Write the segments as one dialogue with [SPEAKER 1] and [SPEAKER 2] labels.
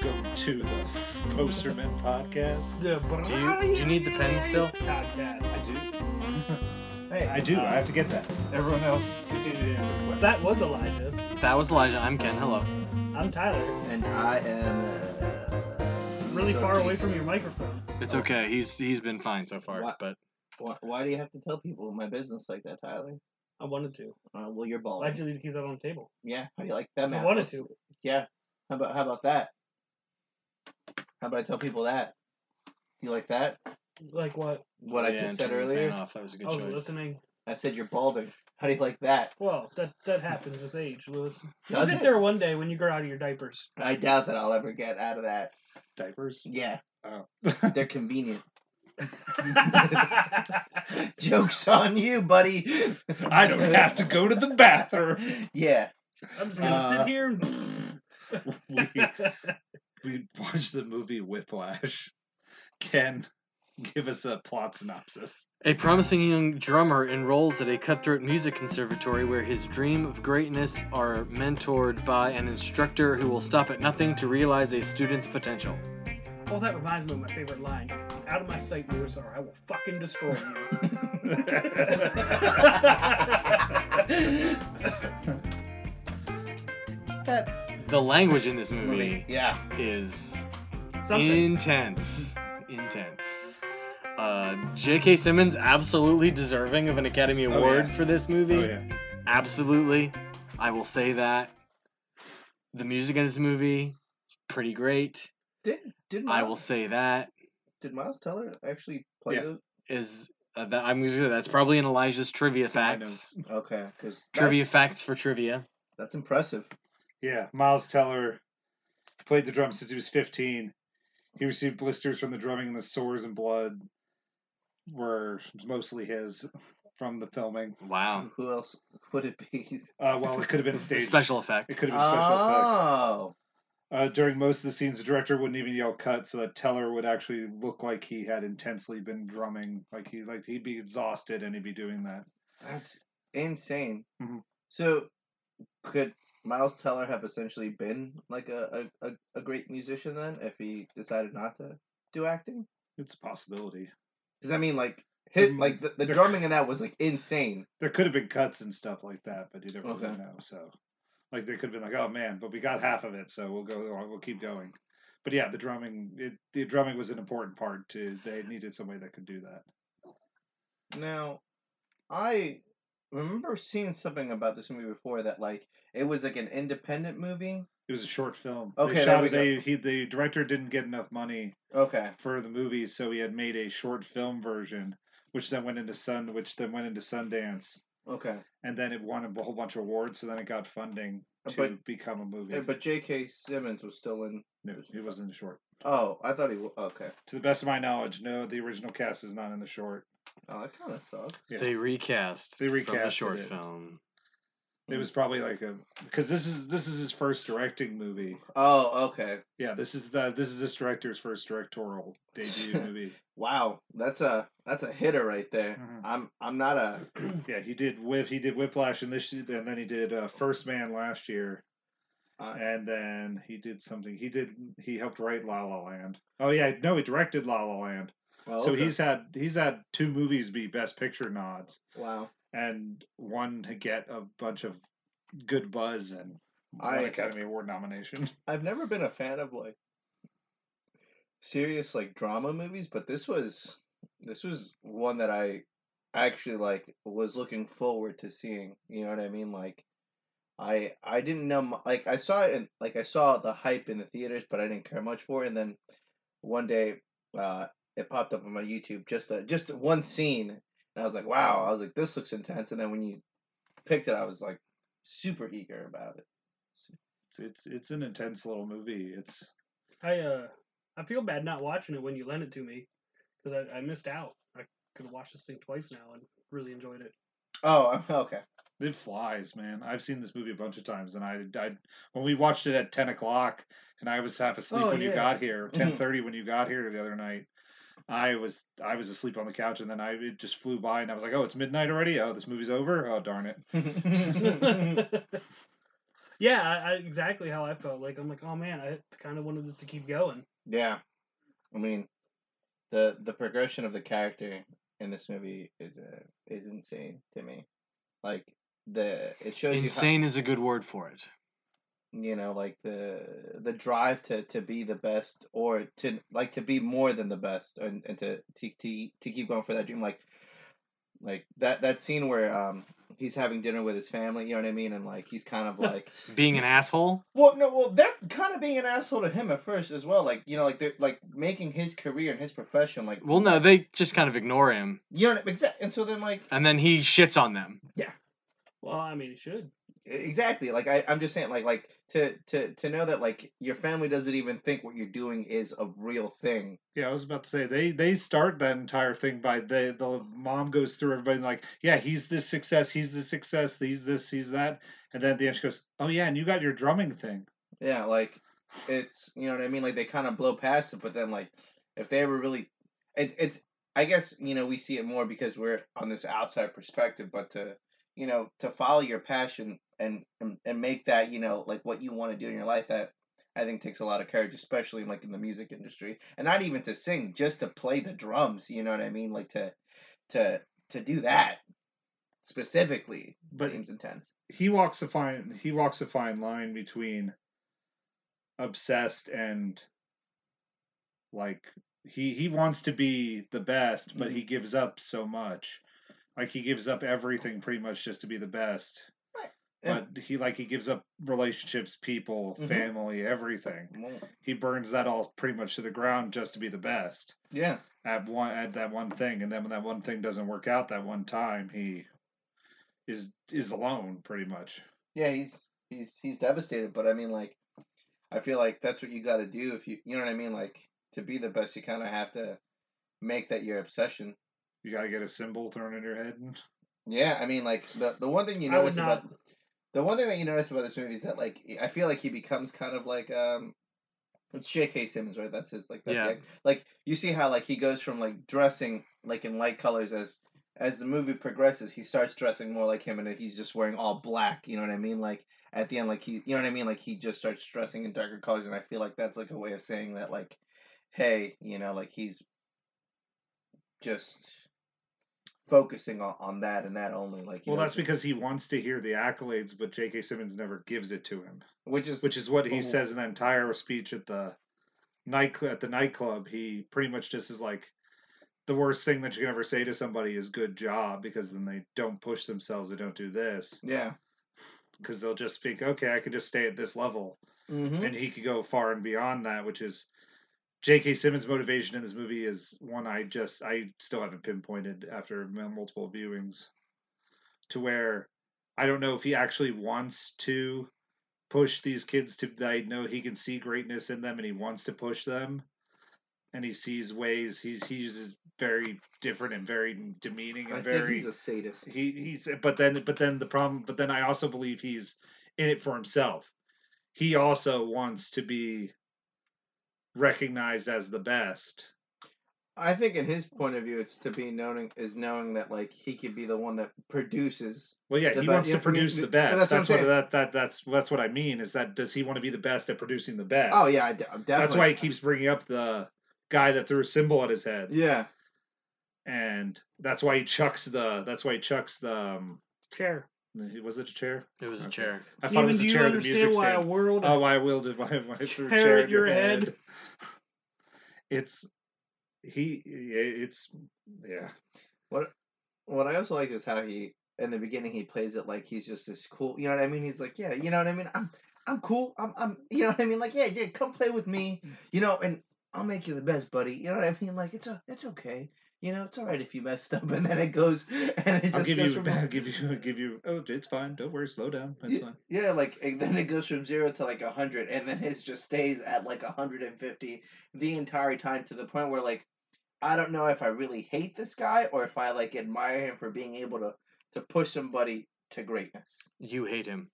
[SPEAKER 1] Uh, to the Poster Men podcast.
[SPEAKER 2] The
[SPEAKER 1] Do
[SPEAKER 2] Oh,
[SPEAKER 1] you- do you need the pen still?
[SPEAKER 2] Podcast.
[SPEAKER 1] I do.
[SPEAKER 3] Hey,
[SPEAKER 1] I do.
[SPEAKER 2] Uh,
[SPEAKER 1] I have to get that.
[SPEAKER 3] everyone else continue to answer the question.
[SPEAKER 2] That was Elijah.
[SPEAKER 4] That was Elijah. I'm Ken. Hello.
[SPEAKER 2] I'm Tyler.
[SPEAKER 3] And I am uh,
[SPEAKER 2] Really
[SPEAKER 3] so
[SPEAKER 2] far away
[SPEAKER 3] geez.
[SPEAKER 2] from your microphone.
[SPEAKER 4] It's okay. He's he's been fine so far,
[SPEAKER 5] What?
[SPEAKER 4] but
[SPEAKER 5] Why, why do you have to tell people my business like that, Tyler?
[SPEAKER 2] I wanted to.
[SPEAKER 5] Uh, well, you're
[SPEAKER 2] Well,
[SPEAKER 5] bald.
[SPEAKER 2] Actually, the keys out on the table.
[SPEAKER 5] yeah, how do you like that?
[SPEAKER 2] I
[SPEAKER 5] man?
[SPEAKER 2] wanted to.
[SPEAKER 5] Yeah. How about how about that? How about I tell people that? Do you like that?
[SPEAKER 2] Like what?
[SPEAKER 5] What I
[SPEAKER 4] Yeah,
[SPEAKER 5] just
[SPEAKER 4] and
[SPEAKER 5] said
[SPEAKER 4] turn the fan
[SPEAKER 5] earlier.
[SPEAKER 4] Off. That was a good
[SPEAKER 2] I was
[SPEAKER 4] choice.
[SPEAKER 2] listening.
[SPEAKER 5] I said you're balding. How do you like that?
[SPEAKER 2] Well, that that happens with age, Lewis. You'll
[SPEAKER 5] Does
[SPEAKER 2] get
[SPEAKER 5] it?
[SPEAKER 2] there one day when you grow out of your diapers.
[SPEAKER 5] I doubt that I'll ever get out of that.
[SPEAKER 1] Diapers.
[SPEAKER 5] Yeah,
[SPEAKER 1] Oh.
[SPEAKER 5] they're convenient.
[SPEAKER 2] I
[SPEAKER 5] Jokes on you, buddy.
[SPEAKER 1] I don't have to go to the bathroom.
[SPEAKER 5] Yeah.
[SPEAKER 2] I'm just gonna
[SPEAKER 1] Uh,
[SPEAKER 2] sit here. And...
[SPEAKER 1] We we watched the movie Whiplash. Ken, give us a plot synopsis.
[SPEAKER 4] A promising young drummer enrolls at a cutthroat music conservatory where his dream of greatness are mentored by an instructor who will stop at nothing to realize a student's potential.
[SPEAKER 2] well, that reminds me of my favorite line. Out of my sight, Lewis, or I will fucking destroy you.
[SPEAKER 1] Oh, That
[SPEAKER 4] The language in this movie
[SPEAKER 5] Yeah.
[SPEAKER 4] is
[SPEAKER 2] Something.
[SPEAKER 4] intense. Intense. Uh, J.K. Simmons absolutely deserving of an Academy
[SPEAKER 1] Oh,
[SPEAKER 4] Award
[SPEAKER 1] yeah.
[SPEAKER 4] for this
[SPEAKER 1] oh
[SPEAKER 4] movie.
[SPEAKER 1] yeah.
[SPEAKER 4] absolutely i will say that the music in this movie pretty great
[SPEAKER 5] Did did Miles,
[SPEAKER 4] i will say that
[SPEAKER 5] did Miles Teller actually play
[SPEAKER 1] Yeah.
[SPEAKER 5] those?
[SPEAKER 4] is uh, that i'm gonna say that's probably in elijah's trivia
[SPEAKER 1] my
[SPEAKER 4] facts
[SPEAKER 1] notes.
[SPEAKER 5] Okay, because
[SPEAKER 4] trivia facts for trivia
[SPEAKER 5] That's impressive.
[SPEAKER 1] Yeah, Miles Teller played the drums since he was 15. He received blisters from the drumming, and the sores and blood were mostly his from the filming.
[SPEAKER 4] wow
[SPEAKER 5] Who else would it be?
[SPEAKER 1] Uh, well, it could have been staged.
[SPEAKER 4] special effect
[SPEAKER 1] It could have been special effects.
[SPEAKER 5] Oh,
[SPEAKER 1] Uh, during most of the scenes, the director wouldn't even yell "cut," so that Teller would actually look like he had intensely been drumming, like he like he'd be exhausted and he'd be doing that.
[SPEAKER 5] that's insane.
[SPEAKER 1] Mhm.
[SPEAKER 5] So, could Miles Teller have essentially been like a, a, a, a great musician then if he decided not to do acting?
[SPEAKER 1] It's a possibility.
[SPEAKER 5] Because I mean, like his
[SPEAKER 1] Mm,
[SPEAKER 5] like the, the
[SPEAKER 1] there-
[SPEAKER 5] drumming in that was like insane.
[SPEAKER 1] There could have been cuts and stuff like that, but you never really
[SPEAKER 5] Okay.
[SPEAKER 1] know. So, like they could have been like, "Oh man," but we got half of it, so we'll go. uh, We'll keep going. But yeah, the drumming, it, the drumming was an important part. To they needed somebody that could do that.
[SPEAKER 5] Now, I remember seeing something about this movie before that like it was like an independent movie.
[SPEAKER 1] It was a short film.
[SPEAKER 5] Okay,
[SPEAKER 1] they
[SPEAKER 5] there
[SPEAKER 1] shot
[SPEAKER 5] we
[SPEAKER 1] it. They he the director didn't get enough money
[SPEAKER 5] Okay,
[SPEAKER 1] for the movie, so he had made a short film version, which then went into Sun, which then went into Sundance,
[SPEAKER 5] okay.
[SPEAKER 1] and then it won a whole bunch of awards. So then it got funding to
[SPEAKER 5] But-
[SPEAKER 1] become a movie.
[SPEAKER 5] Yeah, But J.K. Simmons was still in.
[SPEAKER 1] no, it wasn't a short.
[SPEAKER 5] Oh, I thought he. wa- Okay.
[SPEAKER 1] To the best of my knowledge, no, the original cast is not in the short.
[SPEAKER 5] Oh, that kind of sucks.
[SPEAKER 1] Yeah.
[SPEAKER 4] they recast
[SPEAKER 1] They
[SPEAKER 4] from the
[SPEAKER 1] recasted
[SPEAKER 4] short
[SPEAKER 1] it.
[SPEAKER 4] film
[SPEAKER 1] It
[SPEAKER 5] Hmm.
[SPEAKER 1] was probably like a because this is this is his first directing movie.
[SPEAKER 5] Oh, okay.
[SPEAKER 1] Yeah, this is the this is this director's first directorial debut movie.
[SPEAKER 5] Wow, that's a that's a hitter right there.
[SPEAKER 1] Mhm.
[SPEAKER 5] I'm I'm not a
[SPEAKER 1] Yeah, he did Whip, he did Whiplash, and this and then he did uh, First Man last year,
[SPEAKER 5] Uh.
[SPEAKER 1] and then he did something. He did he helped write La La Land. Oh yeah, no, he directed La La Land.
[SPEAKER 5] well,
[SPEAKER 1] So
[SPEAKER 5] Oh, okay.
[SPEAKER 1] he's had he's had two movies be Best Picture nods,
[SPEAKER 5] wow.
[SPEAKER 1] and one to get a bunch of good buzz and one
[SPEAKER 5] I-
[SPEAKER 1] Academy Award nomination.
[SPEAKER 5] I've never been a fan of like serious like drama movies, but this was this was one that I actually like was looking forward to seeing. You know what I mean? Like I I didn't know mu- like I saw it and like I saw the hype in the theaters, but I didn't care much for it. And then one day uh, it popped up on my YouTube just a, just one scene, and I was like, wow! I was like, this looks intense. And then when you picked it, I was like super eager about it.
[SPEAKER 1] It's, it's it's an intense little movie. It's
[SPEAKER 2] I uh, I feel bad not watching it when you lent it to me because I, I missed out. I could have watched this thing twice now and really enjoyed it.
[SPEAKER 5] Oh, okay.
[SPEAKER 1] It flies, man. I've seen this movie a bunch of times, and I, I when we watched it at ten o'clock, and I was half asleep
[SPEAKER 2] Oh,
[SPEAKER 1] when you
[SPEAKER 2] yeah.
[SPEAKER 1] got here,
[SPEAKER 5] Mhm.
[SPEAKER 1] ten thirty when you got here the other night. I was I was asleep on the couch, and then I it just flew by, and I was like, "Oh, it's midnight already. Oh, this movie's over. Oh, darn it."
[SPEAKER 2] Yeah, I, I, exactly how I felt. Like I'm like, oh man, I kind of wanted this to keep going.
[SPEAKER 5] Yeah, I mean, the the progression of the character in this movie is uh, is insane to me. Like the it shows
[SPEAKER 4] Insane is a good word for it.
[SPEAKER 5] you how, you know like the the drive to to be the best or to like to be more than the best and, and to, to to to keep going for that dream like like that that scene where um he's having dinner with his family you know what i mean and like he's kind of like
[SPEAKER 4] Being an asshole.
[SPEAKER 5] Well, no, well, they're kind of being an asshole to him at first as well. Like, you know, like they're like making his career and his profession like.
[SPEAKER 4] Well, no, they just kind of ignore him,
[SPEAKER 5] You know, exactly. And so then, like,
[SPEAKER 4] and then he shits on them.
[SPEAKER 2] Well, I mean, it should.
[SPEAKER 5] exactly, like I, I'm just saying, like, like to to to know that like your family doesn't even think what you're doing is a real thing.
[SPEAKER 1] Yeah, I was about to say they they start that entire thing by the the mom goes through everybody and like, yeah, he's this success, he's this success, he's this, he's that, and then at the end she goes, oh yeah, and you got your drumming thing.
[SPEAKER 5] Yeah, like it's you know what I mean. Like they kind of blow past it, but then like if they ever really, it's it's I guess you know we see it more because we're on this outside perspective, but to you know to follow your passion and and, and make that you know like what you want to do in your life that. I think takes a lot of courage, especially like in the music industry, and not even to sing, just to play the drums. You know what I mean? Like to, to, to do that specifically
[SPEAKER 1] But
[SPEAKER 5] seems intense.
[SPEAKER 1] he walks a fine he walks a fine line between obsessed and like he he wants to be the best but he gives up so much like he gives up everything pretty much just to be the best
[SPEAKER 5] Right. Yeah.
[SPEAKER 1] but he like he gives up relationships people
[SPEAKER 5] Mhm.
[SPEAKER 1] family everything
[SPEAKER 5] Well,
[SPEAKER 1] he burns that all pretty much to the ground just to be the best
[SPEAKER 5] Yeah.
[SPEAKER 1] at one at that one thing and then when that one thing doesn't work out that one time he is is alone pretty much
[SPEAKER 5] Yeah, he's he's he's devastated, but I mean like I feel like that's what you got to do if you you know what I mean like to be the best you kind of have to make that your obsession.
[SPEAKER 1] You gotta get a symbol thrown in your head. and-
[SPEAKER 5] Yeah, I mean like the the one thing you
[SPEAKER 2] I would
[SPEAKER 5] notice
[SPEAKER 2] not.
[SPEAKER 5] about the one thing that you notice about this movie is that like I feel like he becomes kind of like um it's J.K. Simmons, right? That's his like that's
[SPEAKER 4] Yeah.
[SPEAKER 5] the- like you see how like he goes from like dressing like in light colors as as the movie progresses, he starts dressing more like him, and he's just wearing all black. You know what I mean? Like at the end, like he you know what I mean? Like he just starts dressing in darker colors, and I feel like that's like a way of saying that like hey, you know, like he's just focusing on, on that and that only like you
[SPEAKER 1] Well,
[SPEAKER 5] know,
[SPEAKER 1] that's because he wants to hear the accolades, but J.K. Simmons never gives it to him,
[SPEAKER 5] which is
[SPEAKER 1] which is what he
[SPEAKER 5] Oh.
[SPEAKER 1] says in that entire speech at the night at the nightclub. He pretty much just is like, the worst thing that you can ever say to somebody is "good job" because then they don't push themselves, they don't do this,
[SPEAKER 5] yeah
[SPEAKER 1] because they'll just think, "Okay, I can just stay at this level,"
[SPEAKER 5] hmm
[SPEAKER 1] and he could go far and beyond that, which is. J.K. Simmons' motivation in this movie is one I just I still haven't pinpointed after m- multiple viewings. to where I don't know if he actually wants to push these kids to I know he can see greatness in them and he wants to push them and he sees ways he's he uses very different and very demeaning
[SPEAKER 5] I
[SPEAKER 1] and
[SPEAKER 5] think
[SPEAKER 1] very
[SPEAKER 5] he's a sadist.
[SPEAKER 1] he he's but then but then the problem but then I also believe he's in it for himself. He also wants to be recognized as the best.
[SPEAKER 5] I think in his point of view, it's to be knowing is knowing that like he could be the one that produces.
[SPEAKER 1] Well, yeah,
[SPEAKER 5] The
[SPEAKER 1] he
[SPEAKER 5] be-
[SPEAKER 1] wants to
[SPEAKER 5] yeah, I mean,
[SPEAKER 1] produce the
[SPEAKER 5] th-
[SPEAKER 1] best.
[SPEAKER 5] that's
[SPEAKER 1] That's,
[SPEAKER 5] what I'm
[SPEAKER 1] what,
[SPEAKER 5] saying.
[SPEAKER 1] that that that's that's what I mean. Is that does he want to be the best at producing the best?
[SPEAKER 5] Oh yeah, I d- I'm definitely.
[SPEAKER 1] That's why he keeps bringing up the guy that threw a symbol at his head,
[SPEAKER 5] Yeah,
[SPEAKER 1] and that's why he chucks the. That's why he chucks the. Um,
[SPEAKER 2] Chair.
[SPEAKER 1] was it a chair?
[SPEAKER 4] It was a
[SPEAKER 1] Okay.
[SPEAKER 4] chair.
[SPEAKER 1] I thought it was a
[SPEAKER 2] do you
[SPEAKER 1] chair. of The
[SPEAKER 2] understand
[SPEAKER 1] music
[SPEAKER 2] why a
[SPEAKER 1] stand.
[SPEAKER 2] world
[SPEAKER 1] Oh, why I wielded why, why I threw a
[SPEAKER 2] Chair
[SPEAKER 1] chair
[SPEAKER 2] at
[SPEAKER 1] at your
[SPEAKER 2] your
[SPEAKER 1] head.
[SPEAKER 2] head.
[SPEAKER 1] It's he. It's yeah.
[SPEAKER 5] what I also like is how he in the beginning he plays it like he's just this cool. You know what I mean? He's like, yeah, you know what I mean. I'm I'm cool. I'm I'm. You know what I mean? Like yeah, yeah. Come play with me.
[SPEAKER 1] Mm.
[SPEAKER 5] You know, and I'll make you the best, buddy. You know what I mean? Like it's a, it's okay. You know, it's all right if you messed up. And then it goes, and it just
[SPEAKER 1] I'll give
[SPEAKER 5] goes
[SPEAKER 1] you.
[SPEAKER 5] from
[SPEAKER 1] I'll give you. I'll give you. Oh, it's fine. Don't worry. Slow down. It's
[SPEAKER 5] Ye-
[SPEAKER 1] fine.
[SPEAKER 5] Yeah, like and then it goes from zero to like a hundred, and then his just stays at like a hundred and fifty the entire time to the point where like I don't know if I really hate this guy or if I like admire him for being able to to push somebody to greatness.
[SPEAKER 4] You hate him.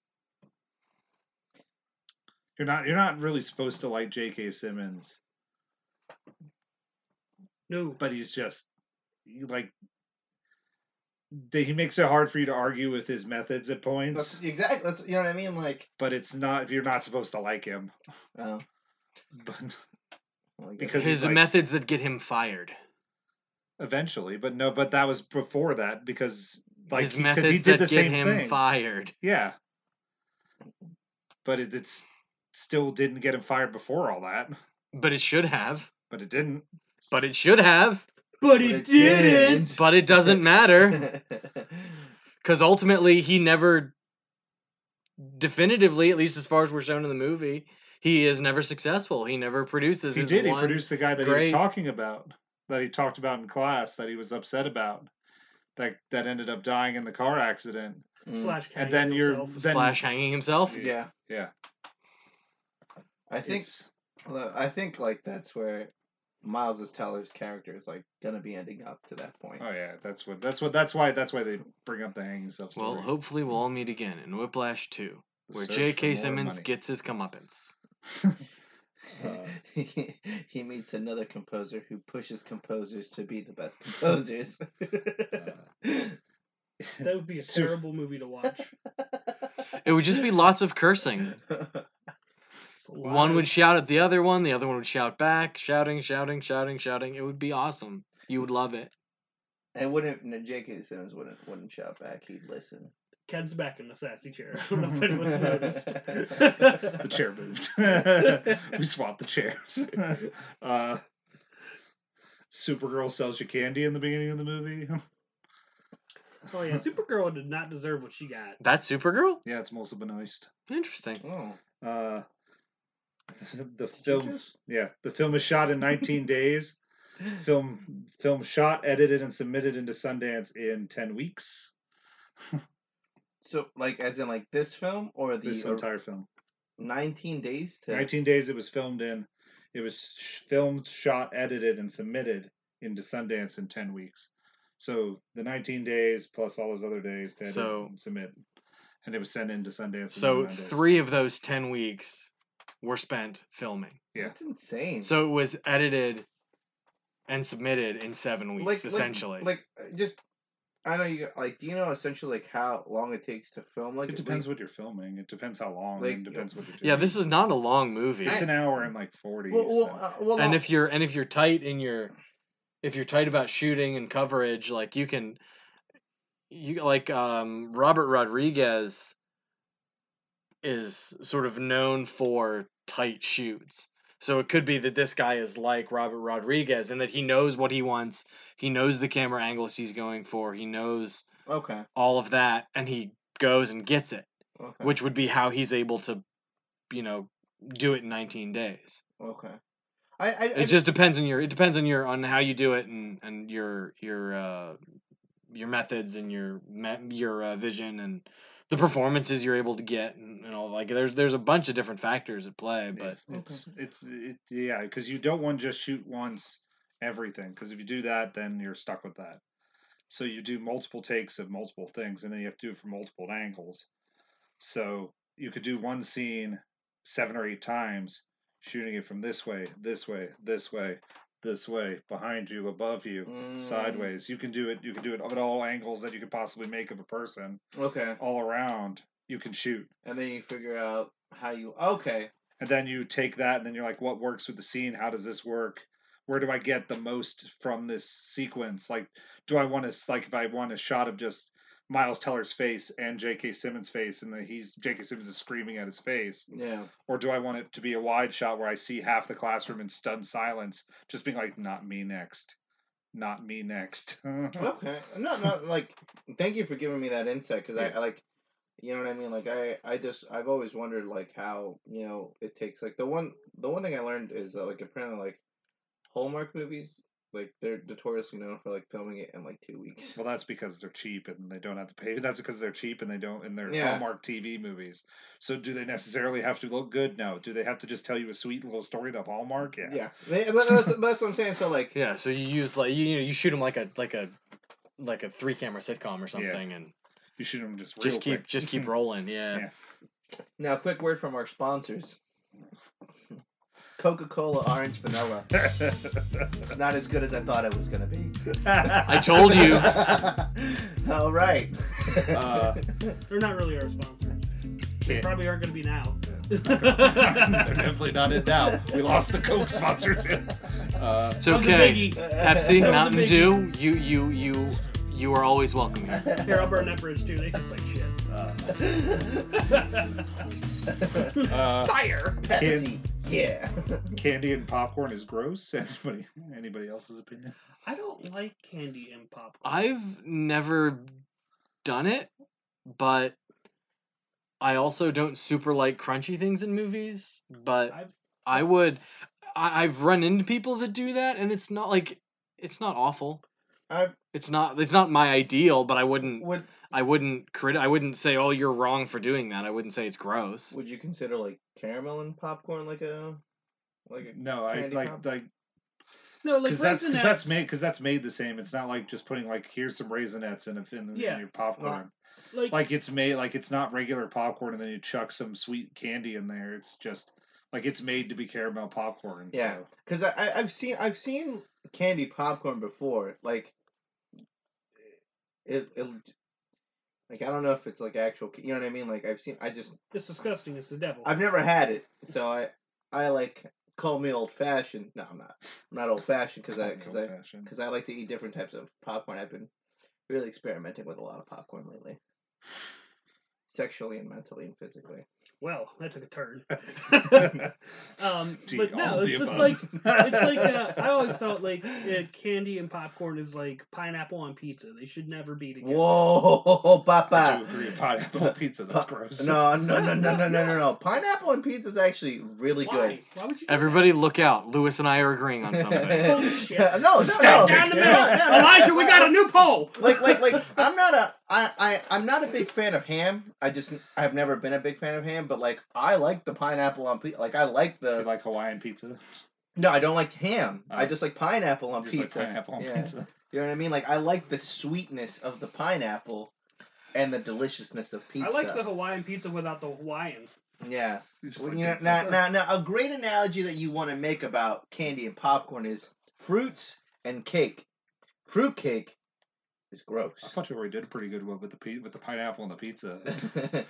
[SPEAKER 1] You're not. You're not really supposed to like J.K. Simmons,
[SPEAKER 2] No.
[SPEAKER 1] but he's just like they, he makes it hard for you to argue with his methods at points,
[SPEAKER 5] That's, exactly. That's, you know what I mean? Like,
[SPEAKER 1] but it's not if you're not supposed to like him.
[SPEAKER 5] oh,
[SPEAKER 1] But
[SPEAKER 5] well, I guess-
[SPEAKER 1] Because he's
[SPEAKER 4] His
[SPEAKER 1] like-
[SPEAKER 4] methods that get him fired.
[SPEAKER 1] eventually, but no, but that was before that because like
[SPEAKER 4] His
[SPEAKER 1] he, 'cause he
[SPEAKER 4] methods
[SPEAKER 1] did
[SPEAKER 4] that
[SPEAKER 1] the
[SPEAKER 4] get
[SPEAKER 1] same
[SPEAKER 4] him
[SPEAKER 1] thing.
[SPEAKER 4] fired.
[SPEAKER 1] Yeah, but it, it's still didn't get him fired before all that,
[SPEAKER 4] But it should have.
[SPEAKER 1] but it didn't.
[SPEAKER 4] But it should have.
[SPEAKER 2] But
[SPEAKER 5] But
[SPEAKER 2] he
[SPEAKER 5] it
[SPEAKER 2] didn't.
[SPEAKER 5] didn't.
[SPEAKER 4] But it doesn't matter.
[SPEAKER 5] yeah,
[SPEAKER 4] because ultimately he never definitively at least as far as we're shown in the movie he is never successful he never produces
[SPEAKER 1] He
[SPEAKER 4] his
[SPEAKER 1] did. He
[SPEAKER 4] one-
[SPEAKER 1] produced the guy that he
[SPEAKER 4] great-
[SPEAKER 1] was talking about, that he talked about in class, that he was upset about, that that ended up dying in the car accident.
[SPEAKER 5] Mm.
[SPEAKER 2] Slash.
[SPEAKER 1] And
[SPEAKER 2] hanging
[SPEAKER 1] then you're-
[SPEAKER 2] himself.
[SPEAKER 1] then-
[SPEAKER 4] slash hanging himself
[SPEAKER 1] Yeah,
[SPEAKER 5] I think
[SPEAKER 1] it's-
[SPEAKER 5] Well, I think like that's where Miles Teller's character is like gonna be ending up to that point.
[SPEAKER 1] Oh yeah, that's what. That's what. That's why. That's why they bring up the hanging stuff.
[SPEAKER 4] well hopefully we'll all meet again in whiplash 2 where j.k simmons gets his comeuppance
[SPEAKER 5] Uh, he, he meets another composer who pushes composers to be the best composers.
[SPEAKER 2] that would be a
[SPEAKER 1] So-
[SPEAKER 2] terrible movie to watch.
[SPEAKER 4] it would just be lots of cursing
[SPEAKER 2] It's a lot
[SPEAKER 4] one
[SPEAKER 2] of-
[SPEAKER 4] would shout at the other one the other one would shout back shouting shouting shouting shouting it would be awesome you would love it
[SPEAKER 5] and wouldn't no, J.K. Simmons wouldn't wouldn't shout back. He'd listen.
[SPEAKER 2] Ken's back in the sassy chair. I don't know if anyone's noticed.
[SPEAKER 1] the chair moved. we swapped the chairs. uh, Supergirl sells you candy in the beginning of the movie.
[SPEAKER 2] oh yeah, Supergirl did not deserve what she got.
[SPEAKER 4] that's supergirl
[SPEAKER 1] yeah, it's Melissa Benoist.
[SPEAKER 4] interesting
[SPEAKER 5] Oh,
[SPEAKER 1] Uh, the
[SPEAKER 5] she
[SPEAKER 1] film.
[SPEAKER 5] just-
[SPEAKER 1] Yeah, the film is shot in 19 days. Film film shot, edited, and submitted into Sundance in 10 weeks.
[SPEAKER 5] So like as in like this film or the
[SPEAKER 1] This
[SPEAKER 5] or-
[SPEAKER 1] entire film.
[SPEAKER 5] nineteen days to
[SPEAKER 1] 19 days it was filmed in. It was sh- filmed, shot, edited, and submitted into Sundance in 10 weeks. So the 19 days plus all those other days to edit
[SPEAKER 4] So-
[SPEAKER 1] and submit. And it was sent into Sundance.
[SPEAKER 4] so
[SPEAKER 1] in 29 days.
[SPEAKER 4] three of those 10 weeks were spent filming
[SPEAKER 1] Yeah.
[SPEAKER 5] That's insane.
[SPEAKER 4] So it was edited and submitted in seven weeks,
[SPEAKER 5] like like-
[SPEAKER 4] essentially.
[SPEAKER 5] Like, uh, just I know you like. Do you know essentially like how long it takes to film? Like
[SPEAKER 1] It depends what you're filming. It depends how long.
[SPEAKER 5] like,
[SPEAKER 1] and
[SPEAKER 5] you know-
[SPEAKER 1] depends what you're doing.
[SPEAKER 4] yeah, this is not a long movie.
[SPEAKER 1] It's an hour and like 40.
[SPEAKER 5] Well, well,
[SPEAKER 1] so-
[SPEAKER 5] uh, well,
[SPEAKER 4] and
[SPEAKER 5] no,
[SPEAKER 4] if you're and if you're tight in your if you're tight about shooting and coverage, like you can you like um Robert Rodriguez is sort of known for tight shoots. So it could be that this guy is like Robert Rodriguez and that he knows what he wants. He knows the camera angles he's going for. He knows
[SPEAKER 5] okay,
[SPEAKER 4] all of that and he goes and gets it.
[SPEAKER 5] okay,
[SPEAKER 4] which would be how he's able to, you know, do it in 19 days.
[SPEAKER 5] okay. I, I, I
[SPEAKER 4] It just depends on your it depends on your on how you do it and and your your uh your methods and your me- your uh, vision and the performances you're able to get and, and all like there's there's a bunch of different factors at play but
[SPEAKER 1] Yeah, it's it's it, yeah because you don't want to just shoot once everything because if you do that then you're stuck with that so you do multiple takes of multiple things and then you have to do it from multiple angles so you could do one scene seven or eight times shooting it from this way this way this way this way behind you above you
[SPEAKER 5] Mm,
[SPEAKER 1] sideways you can do it you can do it at all angles that you could possibly make of a person
[SPEAKER 5] Okay,
[SPEAKER 1] all around you can shoot
[SPEAKER 5] and then you figure out how you. Okay,
[SPEAKER 1] and then you take that and then you're like what works with the scene how does this work where do i get the most from this sequence like do i want to like if i want a shot of just miles teller's face and jk simmons face and then he's jk simmons is screaming at his face
[SPEAKER 5] yeah.
[SPEAKER 1] or do i want it to be a wide shot where i see half the classroom in stunned silence just being like not me next not me next
[SPEAKER 5] Okay, no, no. Like, thank you for giving me that insight because I,
[SPEAKER 1] Yeah.
[SPEAKER 5] I like, you know what I mean. Like, I, I just, I've always wondered like how you know it takes. Like the one, the one thing I learned is that like apparently like Hallmark movies like they're notoriously known for like filming it in like two weeks.
[SPEAKER 1] Well, that's because they're cheap and they don't have to pay. That's because they're cheap and they don't, and they're
[SPEAKER 5] Yeah.
[SPEAKER 1] Hallmark TV movies. So, do they necessarily have to look good? No. Do they have to just tell you a sweet little story that Hallmark? Yeah.
[SPEAKER 5] Yeah, They- but that's, but that's what I'm saying. So like,
[SPEAKER 4] yeah so you use like you, you know you shoot him like a like a like a three camera sitcom or
[SPEAKER 1] Yeah.
[SPEAKER 4] something and
[SPEAKER 1] You shoot them just real
[SPEAKER 4] just keep
[SPEAKER 1] quick.
[SPEAKER 4] just keep rolling yeah.
[SPEAKER 1] Yeah.
[SPEAKER 5] now quick word from our sponsors. Coca Cola Orange Vanilla. It's not as good as I thought it was going to be.
[SPEAKER 4] I told you.
[SPEAKER 5] All right.
[SPEAKER 1] Uh,
[SPEAKER 2] They're not really our sponsors. They
[SPEAKER 1] Can't-
[SPEAKER 2] probably are going to be now.
[SPEAKER 1] They're definitely not it now. We lost the Coke sponsorship. Uh,
[SPEAKER 4] It's okay.
[SPEAKER 2] Biggie.
[SPEAKER 4] Pepsi,
[SPEAKER 2] That was a
[SPEAKER 4] Mountain
[SPEAKER 2] biggie.
[SPEAKER 4] Dew, you you you you are always welcome here.
[SPEAKER 2] Here, I'll burn that bridge too. They taste like shit.
[SPEAKER 1] uh, uh,
[SPEAKER 2] Fire!
[SPEAKER 5] Pepsi. Yeah.
[SPEAKER 1] candy and popcorn is gross. Anybody, anybody else's opinion?
[SPEAKER 2] I don't like candy and popcorn.
[SPEAKER 4] I've never done it, but I also don't super like crunchy things in movies. But
[SPEAKER 2] I've-
[SPEAKER 4] I would, I, I've run into people that do that, and it's not like it's not awful.
[SPEAKER 5] I
[SPEAKER 4] It's not it's not my ideal, but I wouldn't
[SPEAKER 5] would.
[SPEAKER 4] I wouldn't crit I wouldn't say oh you're wrong for doing that. I wouldn't say it's gross.
[SPEAKER 5] Would you consider like caramel and popcorn like a like a
[SPEAKER 1] No, I
[SPEAKER 5] Candy
[SPEAKER 1] like
[SPEAKER 5] pop?
[SPEAKER 1] like
[SPEAKER 2] No, like
[SPEAKER 1] because that's because
[SPEAKER 2] Raisinets-
[SPEAKER 1] that's made because that's made the same. It's not like just putting like here's some raisinets in, a, in, the,
[SPEAKER 2] Yeah.
[SPEAKER 1] in your popcorn.
[SPEAKER 2] Like,
[SPEAKER 1] like it's made like it's not regular popcorn and then you chuck some sweet candy in there it's just like it's made to be caramel popcorn
[SPEAKER 5] Yeah.
[SPEAKER 1] so
[SPEAKER 5] Because I, I I've seen I've seen candy popcorn before. Like it it like I don't know if it's like actual. You know what I mean? Like I've seen I just
[SPEAKER 2] it's disgusting. It's the devil.
[SPEAKER 5] I've never had it, so I I like call me old fashioned. No, I'm not. I'm not old fashioned because I because I
[SPEAKER 1] Old-fashioned.
[SPEAKER 5] because I like to eat different types of popcorn. I've been really experimenting with a lot of popcorn lately, sexually and mentally and physically.
[SPEAKER 2] Well, that took a turn. um,
[SPEAKER 1] Gee,
[SPEAKER 2] but
[SPEAKER 1] all
[SPEAKER 2] no,
[SPEAKER 1] of
[SPEAKER 2] it's
[SPEAKER 1] the
[SPEAKER 2] just
[SPEAKER 1] above.
[SPEAKER 2] like it's like uh, I always felt like uh, candy and popcorn is like pineapple on pizza. They should never be together.
[SPEAKER 5] Whoa,
[SPEAKER 1] I
[SPEAKER 5] Papa!
[SPEAKER 1] do agree. Pineapple pizza, that's
[SPEAKER 5] Pa-
[SPEAKER 1] gross.
[SPEAKER 5] No, no, no, no, no, no, no, no. Pineapple and pizza is actually really
[SPEAKER 2] Why?
[SPEAKER 5] good.
[SPEAKER 2] Why would you? do
[SPEAKER 4] Everybody look out. Lewis and I are agreeing on something.
[SPEAKER 2] Bullshit.
[SPEAKER 5] no, no,
[SPEAKER 1] Stop
[SPEAKER 5] no,
[SPEAKER 2] that?
[SPEAKER 1] it.
[SPEAKER 2] down the
[SPEAKER 5] no,
[SPEAKER 2] middle,
[SPEAKER 5] no, no.
[SPEAKER 2] Elijah. We got a new poll.
[SPEAKER 5] like like like I'm not a I I I'm not a big fan of ham. I just I've never been a big fan of ham, but like I like the pineapple on pizza. Like I like
[SPEAKER 1] You
[SPEAKER 5] the
[SPEAKER 1] like Hawaiian pizza?
[SPEAKER 5] no, I don't like ham. I
[SPEAKER 1] Oh.
[SPEAKER 5] just like pineapple on
[SPEAKER 1] Just
[SPEAKER 5] pizza.
[SPEAKER 1] like pineapple on
[SPEAKER 5] Yeah.
[SPEAKER 1] pizza.
[SPEAKER 5] You know what I mean? Like I like the sweetness of the pineapple and the deliciousness of pizza.
[SPEAKER 2] I like the Hawaiian pizza without the Hawaiian.
[SPEAKER 5] yeah.
[SPEAKER 1] You just
[SPEAKER 5] Well,
[SPEAKER 1] like
[SPEAKER 5] you know,
[SPEAKER 1] pizza.
[SPEAKER 5] now, now, now, a great analogy that you want to make about candy and popcorn is fruits and cake. Fruit cake is
[SPEAKER 1] I
[SPEAKER 5] gross.
[SPEAKER 1] thought you already did pretty good with the pi- with the pineapple and the pizza.
[SPEAKER 5] yeah,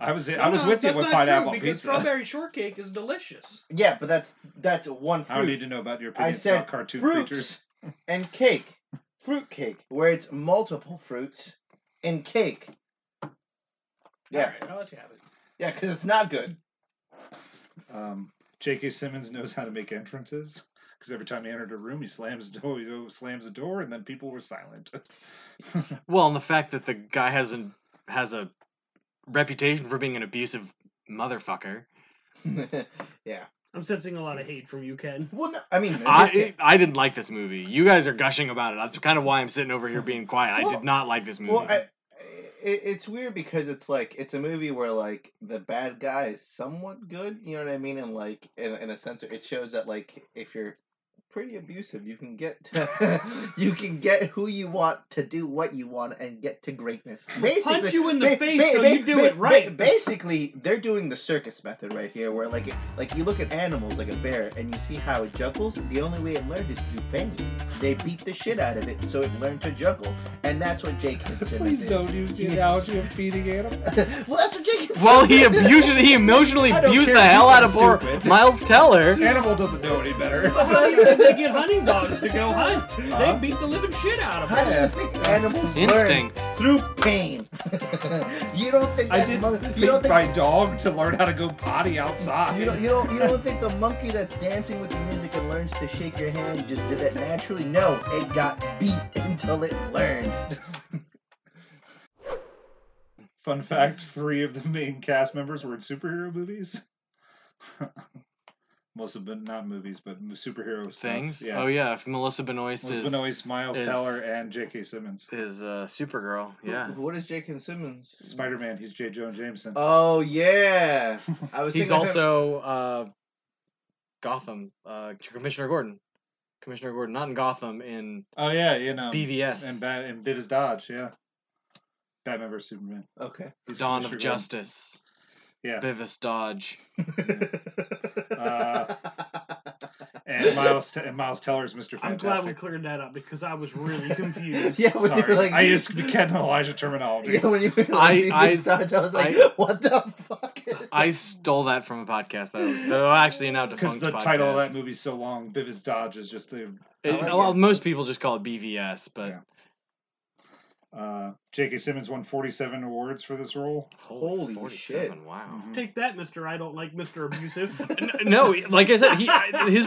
[SPEAKER 1] I was
[SPEAKER 2] No,
[SPEAKER 1] I was
[SPEAKER 2] no,
[SPEAKER 1] with you
[SPEAKER 2] that's
[SPEAKER 1] with
[SPEAKER 2] not
[SPEAKER 1] pineapple
[SPEAKER 2] true,
[SPEAKER 1] on
[SPEAKER 2] because
[SPEAKER 1] pizza.
[SPEAKER 2] Strawberry shortcake is delicious.
[SPEAKER 5] but that's that's one
[SPEAKER 1] I don't need
[SPEAKER 5] fruit
[SPEAKER 1] to know about your
[SPEAKER 5] I
[SPEAKER 1] opinions
[SPEAKER 5] said
[SPEAKER 1] about cartoon
[SPEAKER 5] fruits.
[SPEAKER 1] creatures.
[SPEAKER 5] and cake. Fruit cake, where it's multiple fruits and cake. Yeah,
[SPEAKER 2] All right, I'll let you have it.
[SPEAKER 5] yeah, because it's not good.
[SPEAKER 1] Um, J.K. Simmons knows how to make entrances because every time he entered a room, he slams door, he go- slams a door, and then people were silent.
[SPEAKER 4] Well, and the fact that the guy has an has a reputation for being an abusive motherfucker.
[SPEAKER 5] yeah.
[SPEAKER 2] I'm sensing a lot of hate from you, Ken.
[SPEAKER 5] Well, no, I mean, in this
[SPEAKER 4] I
[SPEAKER 5] case-
[SPEAKER 4] I didn't like this movie. You guys are gushing about it. That's kind of why I'm sitting over here being quiet. I
[SPEAKER 5] Well-
[SPEAKER 4] did not like this movie.
[SPEAKER 5] well, I, it, it's weird because it's like it's a movie where like the bad guy is somewhat good. You know what I mean? And like in, in a sense, it shows that like if you're pretty abusive, you can get to, you can get who you want to do what you want and get to greatness. Basically,
[SPEAKER 2] Punch you in the
[SPEAKER 5] ba-
[SPEAKER 2] face
[SPEAKER 5] ba-
[SPEAKER 2] so
[SPEAKER 5] ba-
[SPEAKER 2] you do
[SPEAKER 5] ba-
[SPEAKER 2] it right.
[SPEAKER 5] ba- basically, they're doing the circus method right here, where like like you look at animals like a bear and you see how it juggles. The only way it learned is through banging. They beat the shit out of it, so it learned to juggle, and that's what Jake Simmons is.
[SPEAKER 1] use
[SPEAKER 5] the
[SPEAKER 1] analogy of feeding animals.
[SPEAKER 5] well, that's what Jake.
[SPEAKER 4] Well, he
[SPEAKER 5] Simmons
[SPEAKER 4] abused
[SPEAKER 5] is.
[SPEAKER 4] he emotionally
[SPEAKER 5] I don't
[SPEAKER 4] abused
[SPEAKER 5] care
[SPEAKER 4] the
[SPEAKER 5] if you
[SPEAKER 4] hell out
[SPEAKER 5] think
[SPEAKER 4] of poor
[SPEAKER 5] stupid.
[SPEAKER 4] Miles Teller.
[SPEAKER 1] Animal doesn't know any better. Uh,
[SPEAKER 2] they get hunting dogs to go hunt. They
[SPEAKER 1] Huh?
[SPEAKER 2] beat the living shit out of
[SPEAKER 5] How do
[SPEAKER 2] them.
[SPEAKER 5] you think animals learn
[SPEAKER 4] Instinct.
[SPEAKER 5] through pain? you don't think
[SPEAKER 1] I
[SPEAKER 5] that
[SPEAKER 1] didn't
[SPEAKER 5] mon- you
[SPEAKER 1] Feed
[SPEAKER 5] don't think
[SPEAKER 1] my dog to learn how to go potty outside.
[SPEAKER 5] You don't, you don't you don't think the monkey that's dancing with the music and learns to shake your hand just did that naturally? No, it got beat until it learned.
[SPEAKER 1] Fun fact: three of the main cast members were in superhero movies. Most have been not movies, but superhero stuff.
[SPEAKER 4] Things.
[SPEAKER 1] Yeah.
[SPEAKER 4] Oh yeah, if Melissa Benoist
[SPEAKER 1] Melissa
[SPEAKER 4] is
[SPEAKER 1] Benoist, Miles
[SPEAKER 4] is-
[SPEAKER 1] Teller, and J.K. Simmons.
[SPEAKER 4] is uh, Supergirl. Yeah.
[SPEAKER 5] What is Jake and Simmons?
[SPEAKER 1] Spider Man. He's J. Jonah Jameson.
[SPEAKER 5] Oh yeah. I was
[SPEAKER 4] He's
[SPEAKER 5] thinking of him-
[SPEAKER 4] also uh, Gotham. Uh, Commissioner Gordon. Commissioner Gordon, not in Gotham, in
[SPEAKER 1] oh yeah, you
[SPEAKER 5] Um,
[SPEAKER 1] know.
[SPEAKER 4] BVS,
[SPEAKER 1] and Bat and Bit is Dodge. Yeah, Batman vs Superman.
[SPEAKER 5] okay.
[SPEAKER 1] He's
[SPEAKER 4] Dawn of
[SPEAKER 1] Commissioner
[SPEAKER 4] Justice,
[SPEAKER 1] Gordon.
[SPEAKER 4] Bivis Dodge.
[SPEAKER 1] Uh, and Miles and Miles Teller is Mister
[SPEAKER 2] I'm glad we
[SPEAKER 1] Fantastic.
[SPEAKER 2] cleared that up because I was really confused.
[SPEAKER 5] yeah, when you
[SPEAKER 1] Sorry,
[SPEAKER 5] were like,
[SPEAKER 1] I used Ken and Elijah terminology.
[SPEAKER 5] yeah, when you were like,
[SPEAKER 4] I-
[SPEAKER 5] I,
[SPEAKER 4] I-
[SPEAKER 5] I, I was like,
[SPEAKER 4] I-
[SPEAKER 5] what the fuck?
[SPEAKER 4] I stole that from a podcast that was oh, actually now
[SPEAKER 1] Because
[SPEAKER 4] defunct.
[SPEAKER 1] the title of that
[SPEAKER 4] podcast.
[SPEAKER 1] movie's so long, Vivis Dodge is just the
[SPEAKER 4] It-
[SPEAKER 5] I like
[SPEAKER 4] well,
[SPEAKER 5] it.
[SPEAKER 4] most people just call it BVS, but
[SPEAKER 1] Yeah. uh, J.K. Simmons won 47 awards for this role.
[SPEAKER 5] Holy
[SPEAKER 4] 47,
[SPEAKER 5] shit.
[SPEAKER 4] Wow.
[SPEAKER 2] Take that, Mister. I don't like Mister Abusive.
[SPEAKER 4] N- No, like I said, he his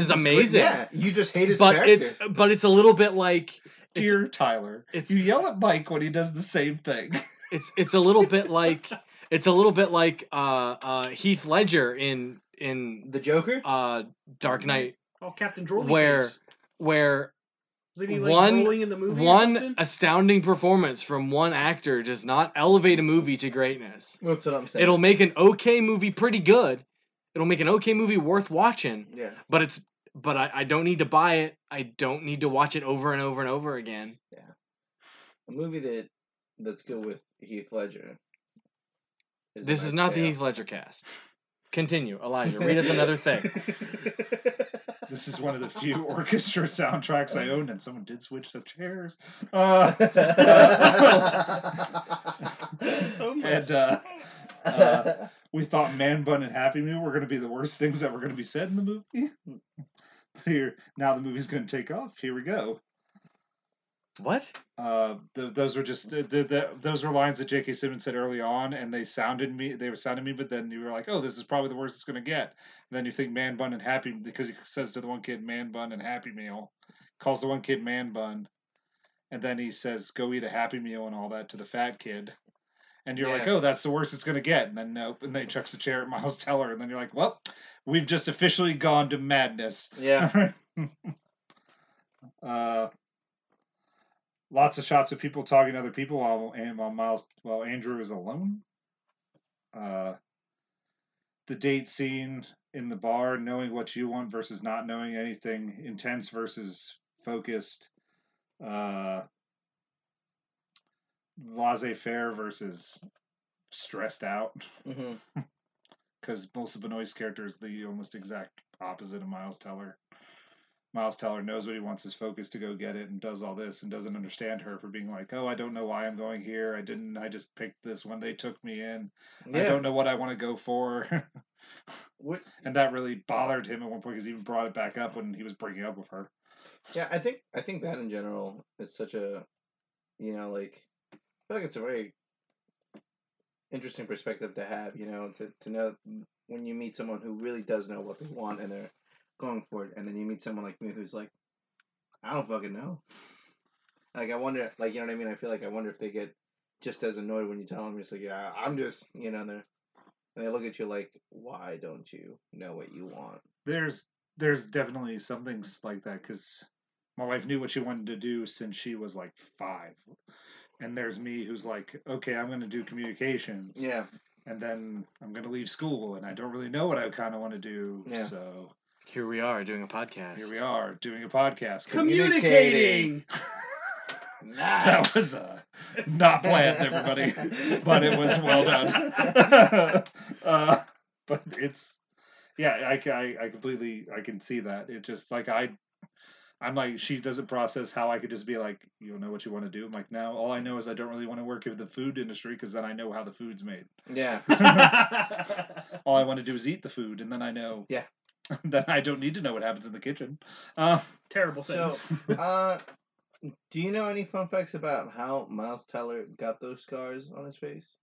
[SPEAKER 4] is amazing.
[SPEAKER 5] Yeah, you just hate his
[SPEAKER 4] but
[SPEAKER 5] character.
[SPEAKER 4] it's but it's a little bit like It's-
[SPEAKER 1] Dear Tyler,
[SPEAKER 4] it's-
[SPEAKER 1] you yell at Mike when he does the same thing.
[SPEAKER 4] it's it's a little bit like it's a little bit like uh uh Heath Ledger in in
[SPEAKER 5] the Joker.
[SPEAKER 4] uh
[SPEAKER 1] Mm-hmm.
[SPEAKER 4] Dark Knight
[SPEAKER 2] oh, Captain Drolly.
[SPEAKER 4] Where-
[SPEAKER 2] face.
[SPEAKER 4] where
[SPEAKER 2] Isn't he, like,
[SPEAKER 4] one-
[SPEAKER 2] rolling in the movie or
[SPEAKER 4] one
[SPEAKER 2] something?
[SPEAKER 4] astounding performance from one actor does not elevate a movie to greatness.
[SPEAKER 5] That's what I'm saying.
[SPEAKER 4] It'll make an okay movie pretty good. It'll make an okay movie worth watching,
[SPEAKER 5] yeah.
[SPEAKER 4] but it's but I, I don't need to buy it. I don't need to watch it over and over and over again.
[SPEAKER 5] a movie that that's good with Heath Ledger.
[SPEAKER 4] this is not the Heath Ledger cast. Continue, Elijah. Read us another thing.
[SPEAKER 1] This is one of the few orchestra soundtracks I own, and someone did switch the chairs. Uh,
[SPEAKER 2] so much.
[SPEAKER 1] and uh, uh, we thought Man Bun and Happy Meal were going to be the worst things that were going to be said in the movie. But here, now the movie's going to take off. Here we go.
[SPEAKER 4] What?
[SPEAKER 1] Uh, th those were just th th th those were lines that J.K. Simmons said early on, and they sounded me. They were sounding me, but then you were like, "Oh, this is probably the worst it's going to get." And then you think "man bun and happy" because he says to the one kid "man bun and happy meal," calls the one kid "man bun," and then he says "go eat a happy meal" and all that to the fat kid, and you're like,
[SPEAKER 5] Yeah.
[SPEAKER 1] "Oh, that's the worst it's going to get." And then nope, and then he chucks the chair at Miles Teller, and then you're like, "Well, we've just officially gone to madness."
[SPEAKER 5] yeah.
[SPEAKER 1] uh, lots of shots of people talking to other people while and while Miles while Andrew is alone. Uh, the date scene in the bar, knowing what you want versus not knowing anything, intense versus focused, uh, laissez faire versus stressed out.
[SPEAKER 5] hmm
[SPEAKER 1] Because Melissa Benoist's character is the almost exact opposite of Miles Teller. Miles Teller knows what he wants his focus to go get it and does all this and doesn't understand her for being like, oh, I don't know why I'm going here. I didn't, I just picked this one. They took me in. I
[SPEAKER 5] Yeah.
[SPEAKER 1] don't know what I want to go for.
[SPEAKER 5] What-
[SPEAKER 1] and that really bothered him at one point because he even brought it back up when he was breaking up with her.
[SPEAKER 5] yeah. I think I think that in general is such a, you know, like I feel like it's a very interesting perspective to have. You know, to to know when you meet someone who really does know what they want and they're going for it, and then you meet someone like me who's like, I don't fucking know. Like I wonder, like you know what I mean. I feel like I wonder if they get just as annoyed when you tell them. It's like, yeah, I'm just, you know, and they're and they look at you like, why don't you know what you want?
[SPEAKER 1] There's, there's definitely some things like that because my wife knew what she wanted to do since she was like five. And there's me who's like, okay, I'm going to do communications.
[SPEAKER 5] Yeah,
[SPEAKER 1] and then I'm going to leave school, and I don't really know what I kind of want to do.
[SPEAKER 5] Yeah.
[SPEAKER 1] So
[SPEAKER 4] Here we are doing a podcast.
[SPEAKER 1] here we are doing a podcast.
[SPEAKER 2] communicating.
[SPEAKER 1] that was uh, not planned, everybody, but it was well done. uh, but it's yeah, I, ca- I I completely I can see that. It just like I. I'm like she doesn't process how I could just be like you don't know what you want to do. I'm like no, all I know is I don't really want to work in the food industry because then I know how the food's made.
[SPEAKER 5] Yeah,
[SPEAKER 1] all I want to do is eat the food, and then I know.
[SPEAKER 5] Yeah.
[SPEAKER 1] then I don't need to know what happens in the kitchen. Uh,
[SPEAKER 2] Terrible
[SPEAKER 5] So-
[SPEAKER 2] things.
[SPEAKER 5] Uh, do you know any fun facts about how Miles Teller got those scars on his face?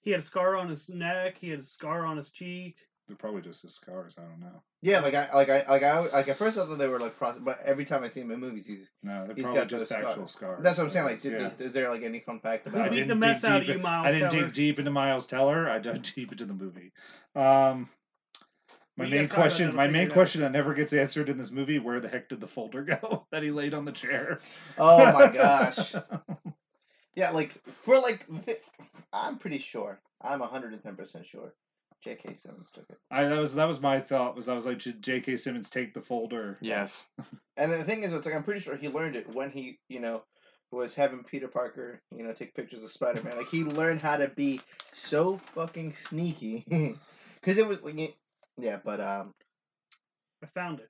[SPEAKER 2] He had a scar on his neck. He had a scar on his cheek.
[SPEAKER 1] they're probably just his scars. I don't know.
[SPEAKER 5] Yeah, like I, like I, like I, like at first I thought they were like, process, but every time I see him in movies, he's.
[SPEAKER 1] No, they're
[SPEAKER 5] He's
[SPEAKER 1] probably
[SPEAKER 5] got those
[SPEAKER 1] just actual scars.
[SPEAKER 5] That's what I'm saying. Like,
[SPEAKER 1] yeah.
[SPEAKER 5] did, did- is there like any fun fact
[SPEAKER 1] I
[SPEAKER 5] about?
[SPEAKER 2] Beat
[SPEAKER 1] didn't
[SPEAKER 2] the
[SPEAKER 1] dig
[SPEAKER 2] mess out of
[SPEAKER 1] deep-
[SPEAKER 2] you, Miles
[SPEAKER 1] I didn't
[SPEAKER 2] Teller.
[SPEAKER 1] dig deep into Miles Teller. I dug deep into the movie. Um, my
[SPEAKER 2] Well, you guys
[SPEAKER 1] main
[SPEAKER 2] talk about that,
[SPEAKER 1] question,
[SPEAKER 2] I'll
[SPEAKER 1] my
[SPEAKER 2] figure
[SPEAKER 1] main
[SPEAKER 2] it out.
[SPEAKER 1] question that never gets answered in this movie: Where the heck did the folder go that he laid on the chair?
[SPEAKER 5] Oh my gosh! Yeah, like for like, thi- I'm pretty sure. I'm 110 percent sure. J.K. Simmons took it.
[SPEAKER 1] I that was that was my thought. Was I was like, should J.K. Simmons take the folder?
[SPEAKER 4] Yes.
[SPEAKER 5] And the thing is, it's like I'm pretty sure he learned it when he, you know, was having Peter Parker, you know, take pictures of Spider Man. Like he learned how to be so fucking sneaky, because it was like, yeah, but um,
[SPEAKER 2] I found it.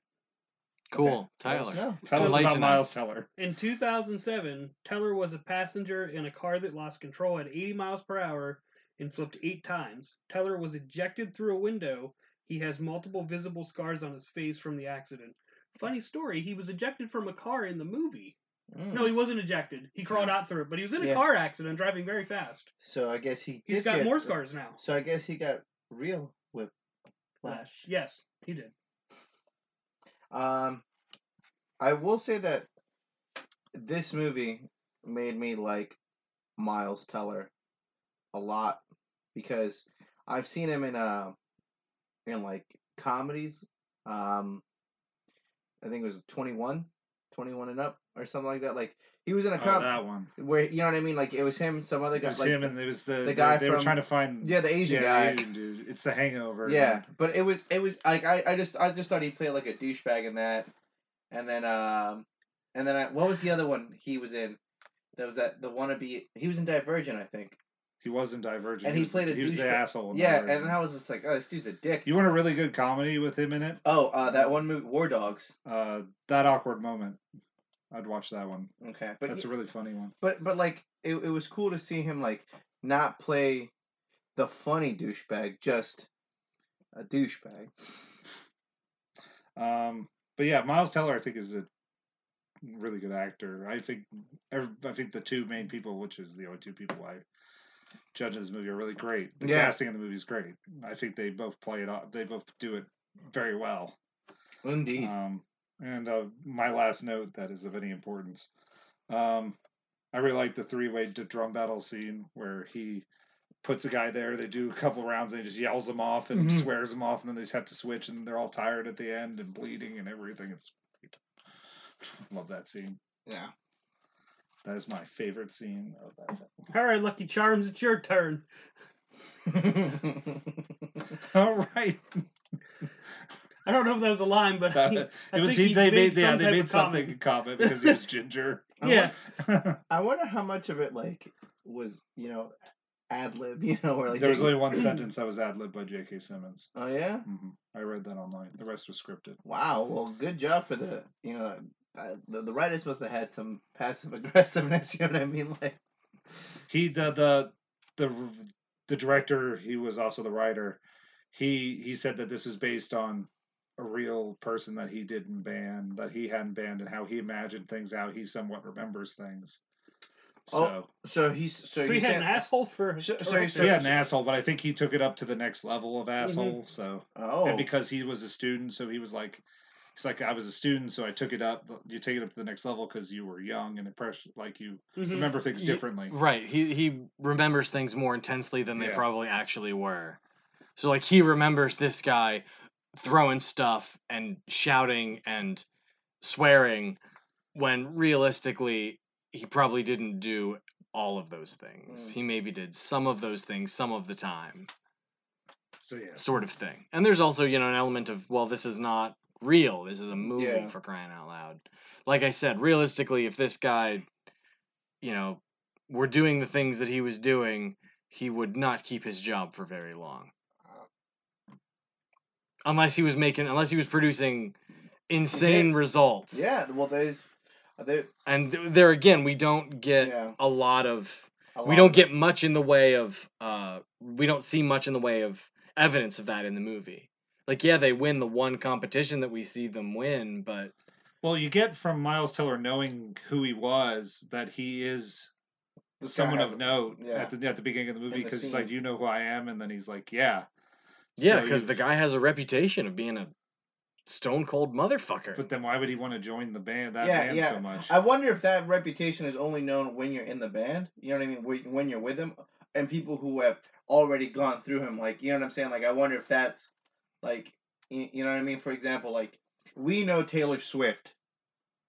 [SPEAKER 4] Cool,
[SPEAKER 5] Let us
[SPEAKER 4] Tyler.
[SPEAKER 5] know.
[SPEAKER 1] Tell us
[SPEAKER 4] Enlighten
[SPEAKER 1] about Miles
[SPEAKER 4] us.
[SPEAKER 1] Teller.
[SPEAKER 2] In 2007, Teller was a passenger in a car that lost control at 80 miles per hour and flipped eight times. Teller was ejected through a window. He has multiple visible scars on his face from the accident. Funny story, he was ejected from a car in the movie.
[SPEAKER 5] Mm.
[SPEAKER 2] No, he wasn't ejected. He crawled out through it, but he was in a
[SPEAKER 5] Yeah.
[SPEAKER 2] car accident driving very fast.
[SPEAKER 5] So I guess he
[SPEAKER 2] He's
[SPEAKER 5] did
[SPEAKER 2] got
[SPEAKER 5] get-
[SPEAKER 2] more scars now.
[SPEAKER 5] So I guess he got real whiplash.
[SPEAKER 2] Yes, he did.
[SPEAKER 5] Um, I will say that this movie made me like Miles Teller a lot because I've seen him in uh in like comedies. Um, I think it was 21, 21 and up or something like that. Like he was in a
[SPEAKER 1] Oh,
[SPEAKER 5] com
[SPEAKER 1] that one.
[SPEAKER 5] where you know what I mean. Like it was him, some other
[SPEAKER 1] It
[SPEAKER 5] guy,
[SPEAKER 1] was
[SPEAKER 5] like
[SPEAKER 1] him, and it was the, they-
[SPEAKER 5] guy
[SPEAKER 1] They were
[SPEAKER 5] from-
[SPEAKER 1] trying to find
[SPEAKER 5] yeah, the Asian
[SPEAKER 1] yeah, the
[SPEAKER 5] guy.
[SPEAKER 1] Asian dude. It's the Hangover.
[SPEAKER 5] Yeah, but it was it was like I, I just I just thought he played like a douchebag in that, and then um and then I, what was the other one he was in? That was that the wannabe. He was in Divergent, I think.
[SPEAKER 1] He wasn't Divergent.
[SPEAKER 5] And
[SPEAKER 1] he
[SPEAKER 5] he
[SPEAKER 1] was, the-
[SPEAKER 5] played a
[SPEAKER 1] He was the
[SPEAKER 5] douchebag.
[SPEAKER 1] asshole. in
[SPEAKER 5] yeah,
[SPEAKER 1] Oh, Divergent.
[SPEAKER 5] and I was just like, oh, this dude's a dick.
[SPEAKER 1] you want a really good comedy with him in it?
[SPEAKER 5] oh, uh, that one movie, War Dogs.
[SPEAKER 1] Uh, that awkward moment. I'd watch that one.
[SPEAKER 5] Okay, but
[SPEAKER 1] That's
[SPEAKER 5] he-
[SPEAKER 1] a really funny one.
[SPEAKER 5] but but like it, it was cool to see him like not play the funny douchebag, just a douchebag.
[SPEAKER 1] Um, but yeah, Miles Teller, I think, is a really good actor. I think every, I think the two main people, which is the only two people I judge in this movie, are really great. The
[SPEAKER 5] Yeah.
[SPEAKER 1] casting in the movie is great. I think they both play it off. They both do it very well.
[SPEAKER 5] Indeed.
[SPEAKER 1] Um, and uh, my last note that is of any importance. Um, I really like the three way drum battle scene where he puts a guy there. They do a couple rounds and he just yells them off and
[SPEAKER 2] Mm-hmm.
[SPEAKER 5] Mhm.
[SPEAKER 1] swears them off, and then they just have to switch, and they're all tired at the end and bleeding and everything. It's great. love that scene.
[SPEAKER 5] yeah.
[SPEAKER 1] That is my favorite scene of that. film.
[SPEAKER 2] All right, Lucky Charms, it's your turn.
[SPEAKER 1] All right,
[SPEAKER 2] I don't know if that was a line, but I
[SPEAKER 1] That- it was
[SPEAKER 2] think
[SPEAKER 1] he.
[SPEAKER 2] he's
[SPEAKER 1] They
[SPEAKER 2] made
[SPEAKER 1] made yeah.
[SPEAKER 2] some
[SPEAKER 1] They
[SPEAKER 2] type
[SPEAKER 1] made
[SPEAKER 2] of
[SPEAKER 1] something a comment because he was ginger.
[SPEAKER 5] I
[SPEAKER 2] yeah,
[SPEAKER 5] I wonder how much of it like was you know ad lib, you know, or like
[SPEAKER 1] there was
[SPEAKER 5] they-
[SPEAKER 1] only one sentence that was ad libbed by J.K. Simmons.
[SPEAKER 5] oh yeah,
[SPEAKER 1] hmm I read that online. The rest was scripted.
[SPEAKER 5] wow. Well, good job for the you know uh, the, the writers must have had some passive aggressiveness. You know what I mean? Like
[SPEAKER 1] He the the the the director. He was also the writer. He he said that this is based on a real person that he didn't ban, that he hadn't banned, and how he imagined things out. He somewhat remembers things. So
[SPEAKER 5] Oh, so he's
[SPEAKER 2] so
[SPEAKER 5] so,
[SPEAKER 2] he
[SPEAKER 5] he
[SPEAKER 2] had
[SPEAKER 5] said-
[SPEAKER 2] an asshole for. a
[SPEAKER 5] So- so he
[SPEAKER 2] director.
[SPEAKER 1] so he had an asshole, but I think he took it up to the next level of asshole. So
[SPEAKER 5] Oh,
[SPEAKER 1] and because he was a student, so he was like. He's like I was a student, so I took it up. You take it up to the next level because you were young and impression, like you
[SPEAKER 2] Mhm.
[SPEAKER 1] remember things
[SPEAKER 4] Ye-
[SPEAKER 1] differently.
[SPEAKER 4] Right. He he remembers things more intensely than they
[SPEAKER 1] Yeah.
[SPEAKER 4] probably actually were. So like he remembers this guy throwing stuff and shouting and swearing when realistically he probably didn't do all of those things.
[SPEAKER 5] Mm.
[SPEAKER 4] He maybe did some of those things some of the time,
[SPEAKER 1] So yeah,
[SPEAKER 4] sort of thing. And there's also, you know, an element of well this is not real. This is a movie
[SPEAKER 5] Yeah.
[SPEAKER 4] for crying out loud. Like I said, realistically if this guy you know, were doing the things that he was doing, he would not keep his job for very long. Unless he was making, unless he was producing insane
[SPEAKER 5] Hits.
[SPEAKER 4] results.
[SPEAKER 5] yeah. Well, there's uh, there.
[SPEAKER 4] And th- there again, we don't get
[SPEAKER 5] Yeah,
[SPEAKER 4] a lot of,
[SPEAKER 5] a
[SPEAKER 4] we
[SPEAKER 5] lot
[SPEAKER 4] don't
[SPEAKER 5] of-
[SPEAKER 4] get much in the way of, uh, we don't see much in the way of evidence of that in the movie. Like, yeah, they win the one competition that we see them win, but
[SPEAKER 1] Well, you get from Miles Teller knowing who he was that he is
[SPEAKER 5] this guy
[SPEAKER 1] someone
[SPEAKER 5] has
[SPEAKER 1] of
[SPEAKER 5] a-
[SPEAKER 1] note
[SPEAKER 5] yeah.
[SPEAKER 1] at the at the beginning of the movie
[SPEAKER 5] In the
[SPEAKER 1] because it's
[SPEAKER 5] scene.
[SPEAKER 1] like you know who I am, and then he's like, yeah,
[SPEAKER 4] yeah,
[SPEAKER 1] So
[SPEAKER 4] because
[SPEAKER 1] you-
[SPEAKER 4] the guy has a reputation of being a stone cold motherfucker.
[SPEAKER 1] But then why would he want to join the band that
[SPEAKER 5] Yeah,
[SPEAKER 1] band
[SPEAKER 5] yeah.
[SPEAKER 1] so much?
[SPEAKER 5] I wonder if that reputation is only known when you're in the band. You know what I mean? When when you're with him, and people who have already gone through him, like you know what I'm saying. Like I wonder if that's like you, you know what I mean. For example, like we know Taylor Swift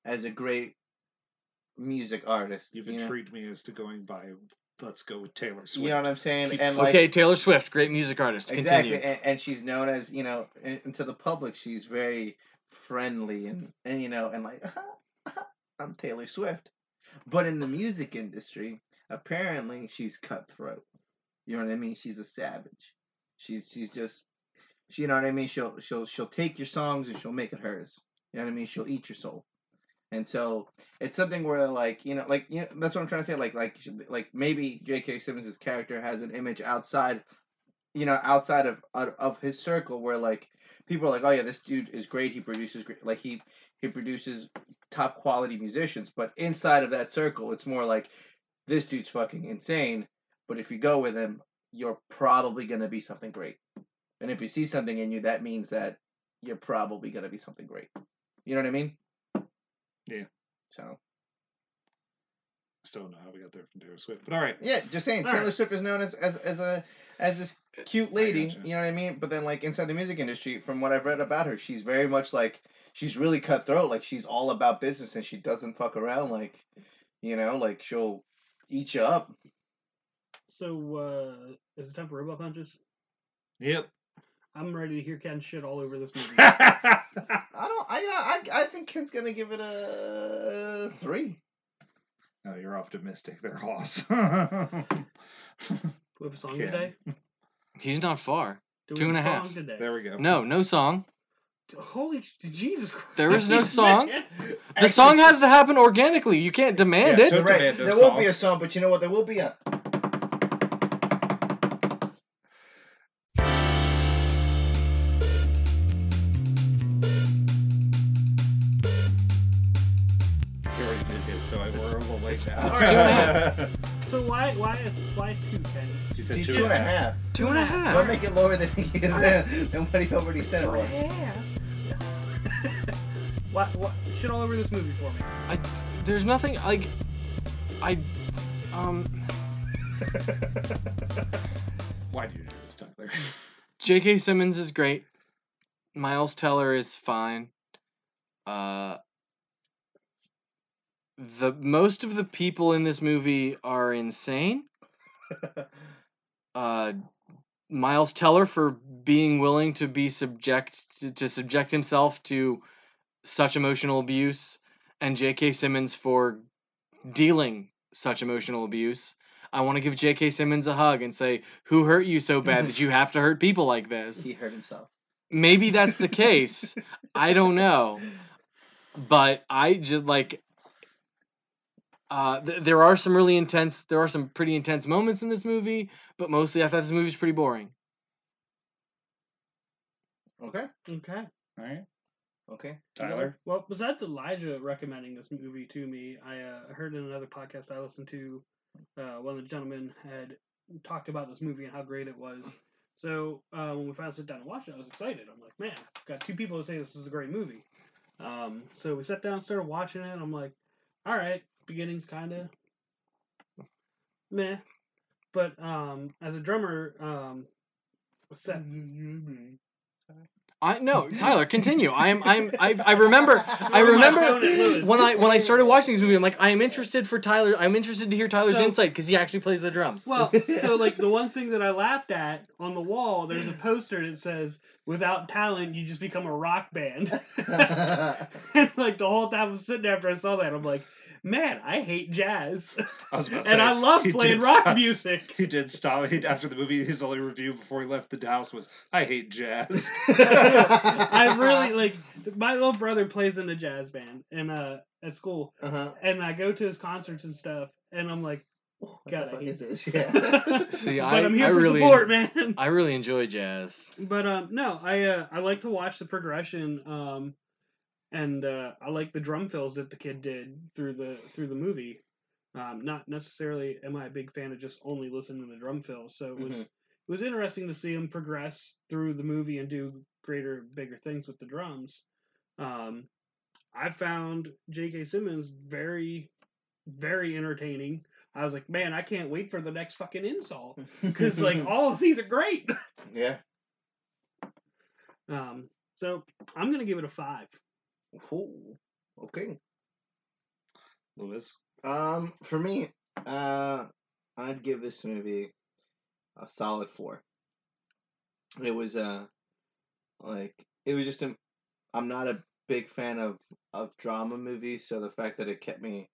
[SPEAKER 5] as a great music artist.
[SPEAKER 1] You've
[SPEAKER 5] you know?
[SPEAKER 1] intrigued me as to going by. Let's go with Taylor Swift.
[SPEAKER 5] You know what I'm saying?
[SPEAKER 1] Keep-
[SPEAKER 5] and like
[SPEAKER 4] okay, Taylor Swift, great music artist.
[SPEAKER 5] exactly,
[SPEAKER 4] Continue.
[SPEAKER 5] and, and she's known as you know, and, and to the public, she's very friendly and and you know and like I'm Taylor Swift, but in the music industry, apparently she's cutthroat. You know what I mean? She's a savage. She's she's just She, you know what I mean? She'll she'll she'll take your songs and she'll make it hers. You know what I mean? She'll eat your soul. And so it's something where like you know like you know, that's what I'm trying to say like like she- like maybe J.K. Simmons' character has an image outside you know outside of out of his circle where like people are like oh yeah this dude is great he produces great like he he produces top quality musicians but inside of that circle it's more like this dude's fucking insane but if you go with him you're probably going to be something great and if you see something in you that means that you're probably going to be something great you know what i mean
[SPEAKER 1] Yeah.
[SPEAKER 5] so
[SPEAKER 1] Still don't know how we got there from Taylor Swift, but all right.
[SPEAKER 5] yeah just saying
[SPEAKER 2] All
[SPEAKER 5] taylor
[SPEAKER 2] right.
[SPEAKER 5] swift is known as as, as a as this cute lady,
[SPEAKER 1] gotcha.
[SPEAKER 5] you know what I mean? But then, like inside the music industry, from what I've read about her, she's very much like she's really cutthroat. Like she's all about business, and she doesn't fuck around. Like, you know, like she'll eat you up.
[SPEAKER 2] So, uh, is it time for robot punches?
[SPEAKER 1] Yep.
[SPEAKER 2] I'm ready to hear Ken shit all over this movie.
[SPEAKER 1] oh
[SPEAKER 5] I don't. I I I think Ken's gonna give it a three.
[SPEAKER 1] you're optimistic. They're awesome.
[SPEAKER 2] we have a song
[SPEAKER 1] Ken.
[SPEAKER 2] today.
[SPEAKER 4] He's not far.
[SPEAKER 2] Do
[SPEAKER 4] Two
[SPEAKER 2] we
[SPEAKER 4] and a
[SPEAKER 2] have
[SPEAKER 4] half.
[SPEAKER 2] song today?
[SPEAKER 1] there we go.
[SPEAKER 4] No, no song.
[SPEAKER 2] Holy sh- Jesus Christ!
[SPEAKER 4] There is no song.
[SPEAKER 2] man.
[SPEAKER 4] The song has to happen organically. You can't demand
[SPEAKER 1] Yeah,
[SPEAKER 4] it.
[SPEAKER 1] Toast
[SPEAKER 5] Right,
[SPEAKER 1] Commando
[SPEAKER 5] there
[SPEAKER 1] song.
[SPEAKER 5] won't be a song, but you know what? There will be a.
[SPEAKER 1] We already did this, so I- we're a little late now.
[SPEAKER 2] It's two and a So why why why two Ken?
[SPEAKER 1] She said
[SPEAKER 5] She's
[SPEAKER 1] two and a half.
[SPEAKER 5] half.
[SPEAKER 4] Two and a
[SPEAKER 5] Don't
[SPEAKER 4] half.
[SPEAKER 5] make it lower than, than what he already said it was.
[SPEAKER 2] Why, why shit all over this movie for me?
[SPEAKER 4] I, there's nothing like. I, um,
[SPEAKER 1] Why do you do this, Tyler?
[SPEAKER 4] J.K. Simmons is great. Miles Teller is fine. Uh, the most of the people in this movie are insane. uh, Miles Teller for being willing to be subject to, to subject himself to such emotional abuse, and J.K. Simmons for dealing such emotional abuse. I want to give J.K. Simmons a hug and say, "Who hurt you so bad that you have to hurt people like this?"
[SPEAKER 5] He hurt himself.
[SPEAKER 4] Maybe that's the case. I don't know, but I just like. Uh, th- there are some really intense. There are some pretty intense moments in this movie, but mostly I thought this movie was pretty boring.
[SPEAKER 5] Okay.
[SPEAKER 2] Okay.
[SPEAKER 1] All right,
[SPEAKER 5] Okay.
[SPEAKER 1] Tyler.
[SPEAKER 2] Well, besides Elijah recommending this movie to me, I uh, heard in another podcast I listened to, uh, one of the gentlemen had talked about this movie and how great it was. So uh, when we finally sat down and watched it, I was excited. I'm like, man, I've got two people who say this is a great movie. Um, so we sat down and started watching it. And I'm like, all right, beginning's kind of meh. But um, as a drummer, um, set,
[SPEAKER 4] I no, Tyler, continue. I'm I'm I, I remember I remember when I when I started watching this movie, I'm like, I am interested for Tyler. I'm interested to hear Tyler's
[SPEAKER 2] So-
[SPEAKER 4] insight because he actually plays the drums.
[SPEAKER 2] Well, so like the one thing that I laughed at on the wall, there's a poster that says, "Without talent, you just become a rock band." and like the whole time I'm sitting there after I saw that, I'm like, "Man, I hate jazz,
[SPEAKER 1] I was about to
[SPEAKER 2] and
[SPEAKER 1] say,
[SPEAKER 2] I love
[SPEAKER 1] he
[SPEAKER 2] playing
[SPEAKER 1] did
[SPEAKER 2] rock
[SPEAKER 1] stop-
[SPEAKER 2] music."
[SPEAKER 1] He did stop he, after the movie. His only review before he left the house was, "I hate jazz."
[SPEAKER 2] I really like. My little brother plays in a jazz band, and uh, at school,
[SPEAKER 5] Uh-huh.
[SPEAKER 2] and I go to his concerts and stuff, and I'm like,
[SPEAKER 5] What
[SPEAKER 2] God, I
[SPEAKER 5] the fuck
[SPEAKER 2] hate
[SPEAKER 5] is this? Yeah.
[SPEAKER 2] "But
[SPEAKER 4] See, I-
[SPEAKER 2] I'm here
[SPEAKER 4] I
[SPEAKER 2] for
[SPEAKER 4] really-
[SPEAKER 2] support, man."
[SPEAKER 4] I really enjoy jazz.
[SPEAKER 2] but um no i uh, i like to watch the progression um and uh i like the drum fills that the kid did through the through the movie um not necessarily am i a big fan of just only listening to the drum fills so it was
[SPEAKER 5] Mhm.
[SPEAKER 2] it was interesting to see him progress through the movie and do greater bigger things with the drums um i found jk simmons very very entertaining i was like man i can't wait for the next fucking
[SPEAKER 5] Mm.
[SPEAKER 2] insult because like all of these are great
[SPEAKER 5] yeah.
[SPEAKER 2] um, so I'm gonna give it a five.
[SPEAKER 5] Ooh. Okay.
[SPEAKER 1] Lewis,
[SPEAKER 5] Um, for me, uh, I'd give this movie a solid four. It was uh, like it was just a. I'm not a big fan of of drama movies, so the fact that it kept me,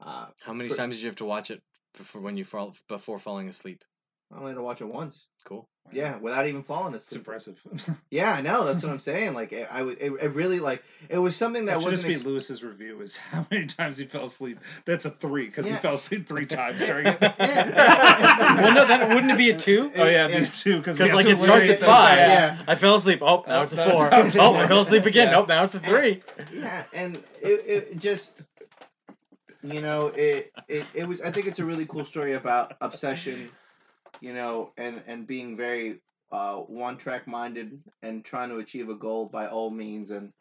[SPEAKER 5] uh,
[SPEAKER 4] How many
[SPEAKER 5] But-
[SPEAKER 4] times did you have to watch it before when you fall before falling asleep?
[SPEAKER 5] I only had to watch it once.
[SPEAKER 4] Cool.
[SPEAKER 5] Yeah, without even falling
[SPEAKER 1] It's
[SPEAKER 5] asleep.
[SPEAKER 1] impressive.
[SPEAKER 5] Yeah, I know. That's what I'm saying. Like, it, I was, it, it really like it was something that
[SPEAKER 1] That should just
[SPEAKER 5] wasn't.
[SPEAKER 1] be
[SPEAKER 5] ex-
[SPEAKER 1] Lewis's review is how many times he fell asleep. That's a three because
[SPEAKER 5] Yeah.
[SPEAKER 1] he fell asleep three times during it.
[SPEAKER 5] Yeah.
[SPEAKER 4] well, no, that wouldn't it be a
[SPEAKER 5] It-
[SPEAKER 4] two?
[SPEAKER 1] Oh yeah,
[SPEAKER 5] it-
[SPEAKER 1] me too. Because
[SPEAKER 4] 'Cause, like, it starts at five.
[SPEAKER 5] Yeah,
[SPEAKER 4] I fell asleep. Oh, now it's a
[SPEAKER 1] That's-
[SPEAKER 4] four.
[SPEAKER 1] that's-
[SPEAKER 4] Oh, I fell asleep again.
[SPEAKER 1] Yeah.
[SPEAKER 4] Nope, now it's a three.
[SPEAKER 5] yeah, and it, it just you know it, it it was. I think it's a really cool story about obsession, you know, and and being very uh, one track minded and trying to achieve a goal by all means, and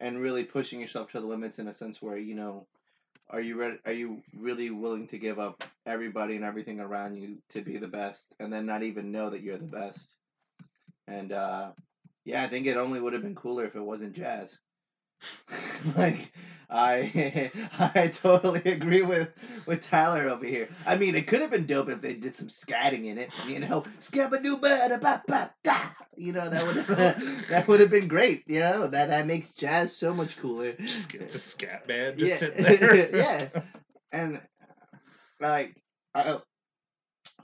[SPEAKER 5] and really pushing yourself to the limits in a sense where you know. Are you ready? Are you really willing to give up everybody and everything around you to be the best, and then not even know that you're the best? And uh, yeah, I think it only would have been cooler if it wasn't jazz. like I I totally agree with with Tyler over here. I mean, it could have been dope if they did some scatting in it, you know, scabadoo ba ba ba da. You know, that would have that would have been great. You know, that that makes jazz so much cooler.
[SPEAKER 1] Just get to scat man. Just sit there.
[SPEAKER 5] yeah. And like I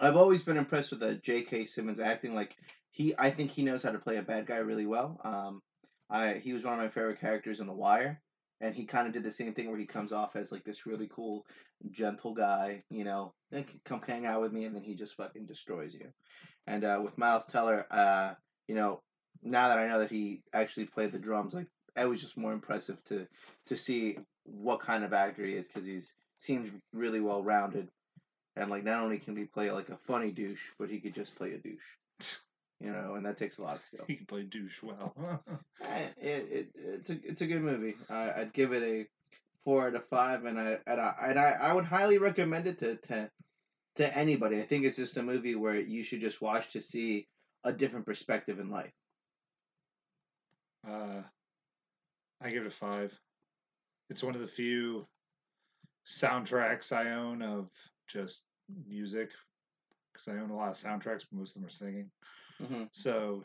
[SPEAKER 5] I've always been impressed with uh, J.K. Simmons acting. Like he, I think he knows how to play a bad guy really well. Um, I he was one of my favorite characters in The Wire, and he kind of did the same thing where he comes off as like this really cool, gentle guy. You know, like, come hang out with me, and then he just fucking destroys you. And uh, with Miles Teller, uh, you know, now that I know that he actually played the drums, like it was just more impressive to to see what kind of actor he is because he's seems really well rounded and like not only can he play like a funny douche, but he could just play a douche. You know, and that takes a lot of skill.
[SPEAKER 1] He can play douche well.
[SPEAKER 5] Eh, It, it, it's a it's a good movie. I, I'd give it a four out of five, and I and I and I, I would highly recommend it to, to to anybody. I think it's just a movie where you should just watch to see a different perspective in life.
[SPEAKER 1] Uh, I give it a five. It's one of the few soundtracks I own of just music because I own a lot of soundtracks, but most of them are singing.
[SPEAKER 4] Mm-hmm.
[SPEAKER 5] hmm
[SPEAKER 1] So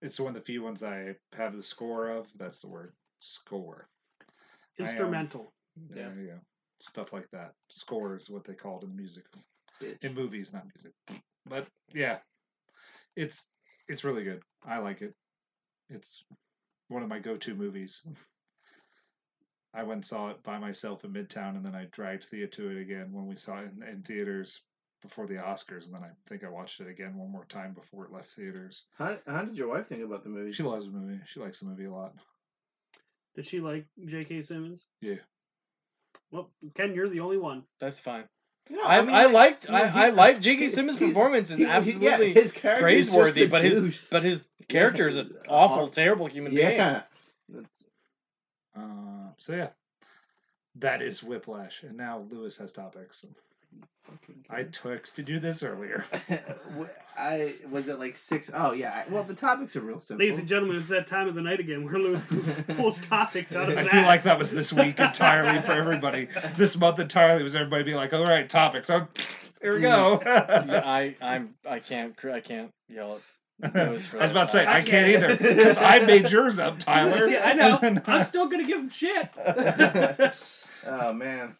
[SPEAKER 1] it's one of the few ones I have the score of. That's the word score. I, um,
[SPEAKER 2] Instrumental.
[SPEAKER 5] Yeah.
[SPEAKER 1] There you go. Stuff like that. Score is what they call it in music, in
[SPEAKER 5] Bitch.
[SPEAKER 1] movies, not music. But yeah, it's it's really good. I like it. It's one of my go-to movies. I went and saw it by myself in Midtown, and then I dragged Thea to it again when we saw it in, in theaters before the Oscars, and then I think I watched it again one more time before it left theaters.
[SPEAKER 5] How, how did your wife think about the movie?
[SPEAKER 1] She loves the movie. She likes the movie a lot.
[SPEAKER 2] Did she like J.K. Simmons?
[SPEAKER 1] Yeah.
[SPEAKER 2] Well, Ken, you're the only one.
[SPEAKER 4] That's fine.
[SPEAKER 5] No,
[SPEAKER 4] I, I,
[SPEAKER 5] mean,
[SPEAKER 4] liked
[SPEAKER 5] no,
[SPEAKER 4] I,
[SPEAKER 5] he-
[SPEAKER 4] I liked J.K.
[SPEAKER 5] he-
[SPEAKER 4] Simmons'
[SPEAKER 5] he's-
[SPEAKER 4] performance is
[SPEAKER 5] he- he-
[SPEAKER 4] absolutely
[SPEAKER 5] yeah, his character is just
[SPEAKER 4] praiseworthy,
[SPEAKER 5] a
[SPEAKER 4] but his-
[SPEAKER 5] douche.
[SPEAKER 4] but his character is
[SPEAKER 5] Yeah.
[SPEAKER 4] an awful,
[SPEAKER 5] Uh-huh.
[SPEAKER 4] terrible human being.
[SPEAKER 5] yeah. That's-
[SPEAKER 1] Uh, so yeah, that is Whiplash, and now Lewis has topics.
[SPEAKER 5] fucking
[SPEAKER 1] I texted you this earlier.
[SPEAKER 5] Wh- I was it like six oh yeah. I- Well, the topics are real
[SPEAKER 1] Oh.
[SPEAKER 5] simple.
[SPEAKER 2] Ladies and gentlemen, it's that time of the night again where Lewis pulls topics out of
[SPEAKER 1] I
[SPEAKER 2] his
[SPEAKER 1] feel like
[SPEAKER 2] ass.
[SPEAKER 1] that was this week entirely for everybody. This month entirely was everybody being like, "All right, topics. Oh, here we go."
[SPEAKER 4] Yeah, I I'm I can't cr- I can't yell at Lewis for
[SPEAKER 1] I was
[SPEAKER 4] that.
[SPEAKER 1] about to say
[SPEAKER 4] I-
[SPEAKER 1] I can't either because I made yours up, Tyler.
[SPEAKER 2] Yeah, I know. I'm still gonna give him shit.
[SPEAKER 5] oh man.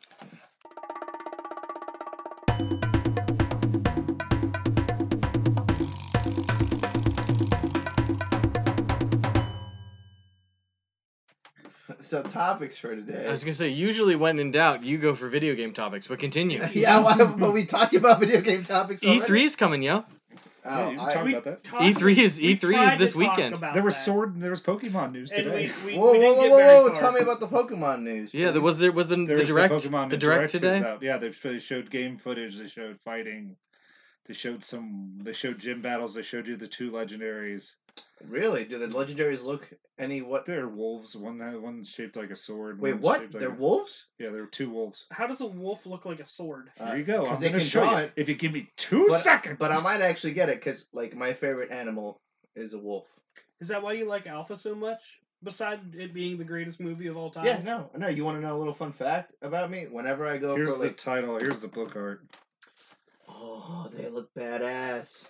[SPEAKER 5] So topics for
[SPEAKER 4] I
[SPEAKER 5] today.
[SPEAKER 4] was gonna say usually when in doubt you go for video game topics, but continue.
[SPEAKER 5] Yeah, well, but we talked about video game topics.
[SPEAKER 4] E
[SPEAKER 5] already.
[SPEAKER 4] three is coming, yo.
[SPEAKER 5] Oh,
[SPEAKER 1] Yeah, you
[SPEAKER 5] I,
[SPEAKER 1] talked
[SPEAKER 2] We
[SPEAKER 1] about that.
[SPEAKER 2] talked-
[SPEAKER 4] E three is
[SPEAKER 2] we
[SPEAKER 4] E three
[SPEAKER 2] tried
[SPEAKER 4] is
[SPEAKER 2] to
[SPEAKER 4] this
[SPEAKER 2] talk
[SPEAKER 4] weekend.
[SPEAKER 2] about
[SPEAKER 1] There was
[SPEAKER 2] that.
[SPEAKER 1] sword and there was Pokemon news
[SPEAKER 2] And
[SPEAKER 1] today.
[SPEAKER 2] we, we,
[SPEAKER 5] whoa,
[SPEAKER 2] we
[SPEAKER 5] whoa,
[SPEAKER 2] didn't
[SPEAKER 5] whoa,
[SPEAKER 2] get
[SPEAKER 5] whoa,
[SPEAKER 2] very
[SPEAKER 5] whoa!
[SPEAKER 2] far.
[SPEAKER 5] Tell me about the Pokemon news.
[SPEAKER 4] Yeah, there
[SPEAKER 5] please.
[SPEAKER 4] was there was the,
[SPEAKER 1] There
[SPEAKER 4] the
[SPEAKER 1] was
[SPEAKER 4] direct
[SPEAKER 1] the Pokemon
[SPEAKER 4] the
[SPEAKER 1] and
[SPEAKER 4] direct
[SPEAKER 1] comes
[SPEAKER 4] today.
[SPEAKER 1] out. Yeah, they they showed game footage. They showed fighting. They showed some. They showed gym battles. They showed you the two legendaries.
[SPEAKER 5] Really? Do the legendaries look any what?
[SPEAKER 1] They're wolves. One that one's shaped like a sword.
[SPEAKER 5] Wait,
[SPEAKER 1] one's
[SPEAKER 5] what?
[SPEAKER 1] shaped like
[SPEAKER 5] They're
[SPEAKER 1] a-
[SPEAKER 5] wolves?
[SPEAKER 1] Yeah, there were two wolves.
[SPEAKER 2] How does a wolf look like a sword?
[SPEAKER 5] Uh,
[SPEAKER 1] Here you go.
[SPEAKER 5] 'cause
[SPEAKER 1] I'm
[SPEAKER 5] they
[SPEAKER 1] gonna
[SPEAKER 5] can
[SPEAKER 1] show
[SPEAKER 5] draw
[SPEAKER 1] you
[SPEAKER 5] it.
[SPEAKER 1] if you give me two
[SPEAKER 5] But-
[SPEAKER 1] seconds.
[SPEAKER 5] But I might actually get it because like my favorite animal is a wolf.
[SPEAKER 2] Is that why you like Alpha so much? Besides it being the greatest movie of all time?
[SPEAKER 5] yeah, no, no. You want to know a little fun fact about me? Whenever I go
[SPEAKER 1] Here's
[SPEAKER 5] for
[SPEAKER 1] the
[SPEAKER 5] like,
[SPEAKER 1] title. Here's the book art.
[SPEAKER 5] oh, they look badass.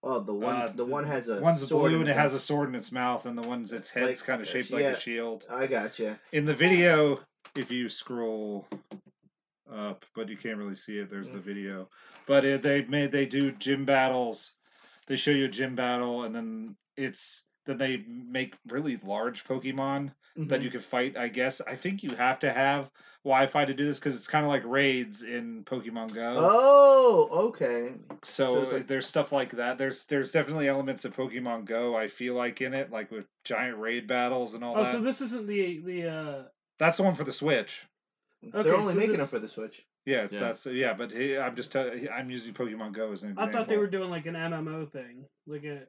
[SPEAKER 5] Oh, the one,
[SPEAKER 1] Uh,
[SPEAKER 5] the one has a
[SPEAKER 1] One's
[SPEAKER 5] sword
[SPEAKER 1] blue
[SPEAKER 5] in
[SPEAKER 1] and it
[SPEAKER 5] front.
[SPEAKER 1] has a sword in its mouth, and the one's its head's
[SPEAKER 5] Like, uh,
[SPEAKER 1] kind of shaped like
[SPEAKER 5] yeah.
[SPEAKER 1] a shield.
[SPEAKER 5] I gotcha.
[SPEAKER 1] In the video, if you scroll up, but you can't really see it.
[SPEAKER 5] Mm.
[SPEAKER 1] There's the video, but it, they made they do gym battles. They show you a gym battle, and then it's then they make really large Pokemon that
[SPEAKER 5] Mm-hmm.
[SPEAKER 1] you can fight. I guess I think you have to have Wi-Fi to do this because it's kind of like raids in Pokemon Go.
[SPEAKER 5] Oh, okay.
[SPEAKER 1] So,
[SPEAKER 5] So it's like-
[SPEAKER 1] there's stuff like that. There's there's definitely elements of Pokemon Go. I feel like in it, like with giant raid battles and all
[SPEAKER 2] Oh,
[SPEAKER 1] that.
[SPEAKER 2] so this isn't the the uh
[SPEAKER 1] That's the one for the Switch.
[SPEAKER 2] Okay,
[SPEAKER 5] They're only
[SPEAKER 2] so
[SPEAKER 5] making
[SPEAKER 2] this-
[SPEAKER 5] it for the Switch.
[SPEAKER 1] Yeah,
[SPEAKER 4] Yeah.
[SPEAKER 1] that's yeah. But he, I'm just tell, I'm using Pokemon Go as an
[SPEAKER 2] I
[SPEAKER 1] example.
[SPEAKER 2] thought they were doing like an MMO thing. Like a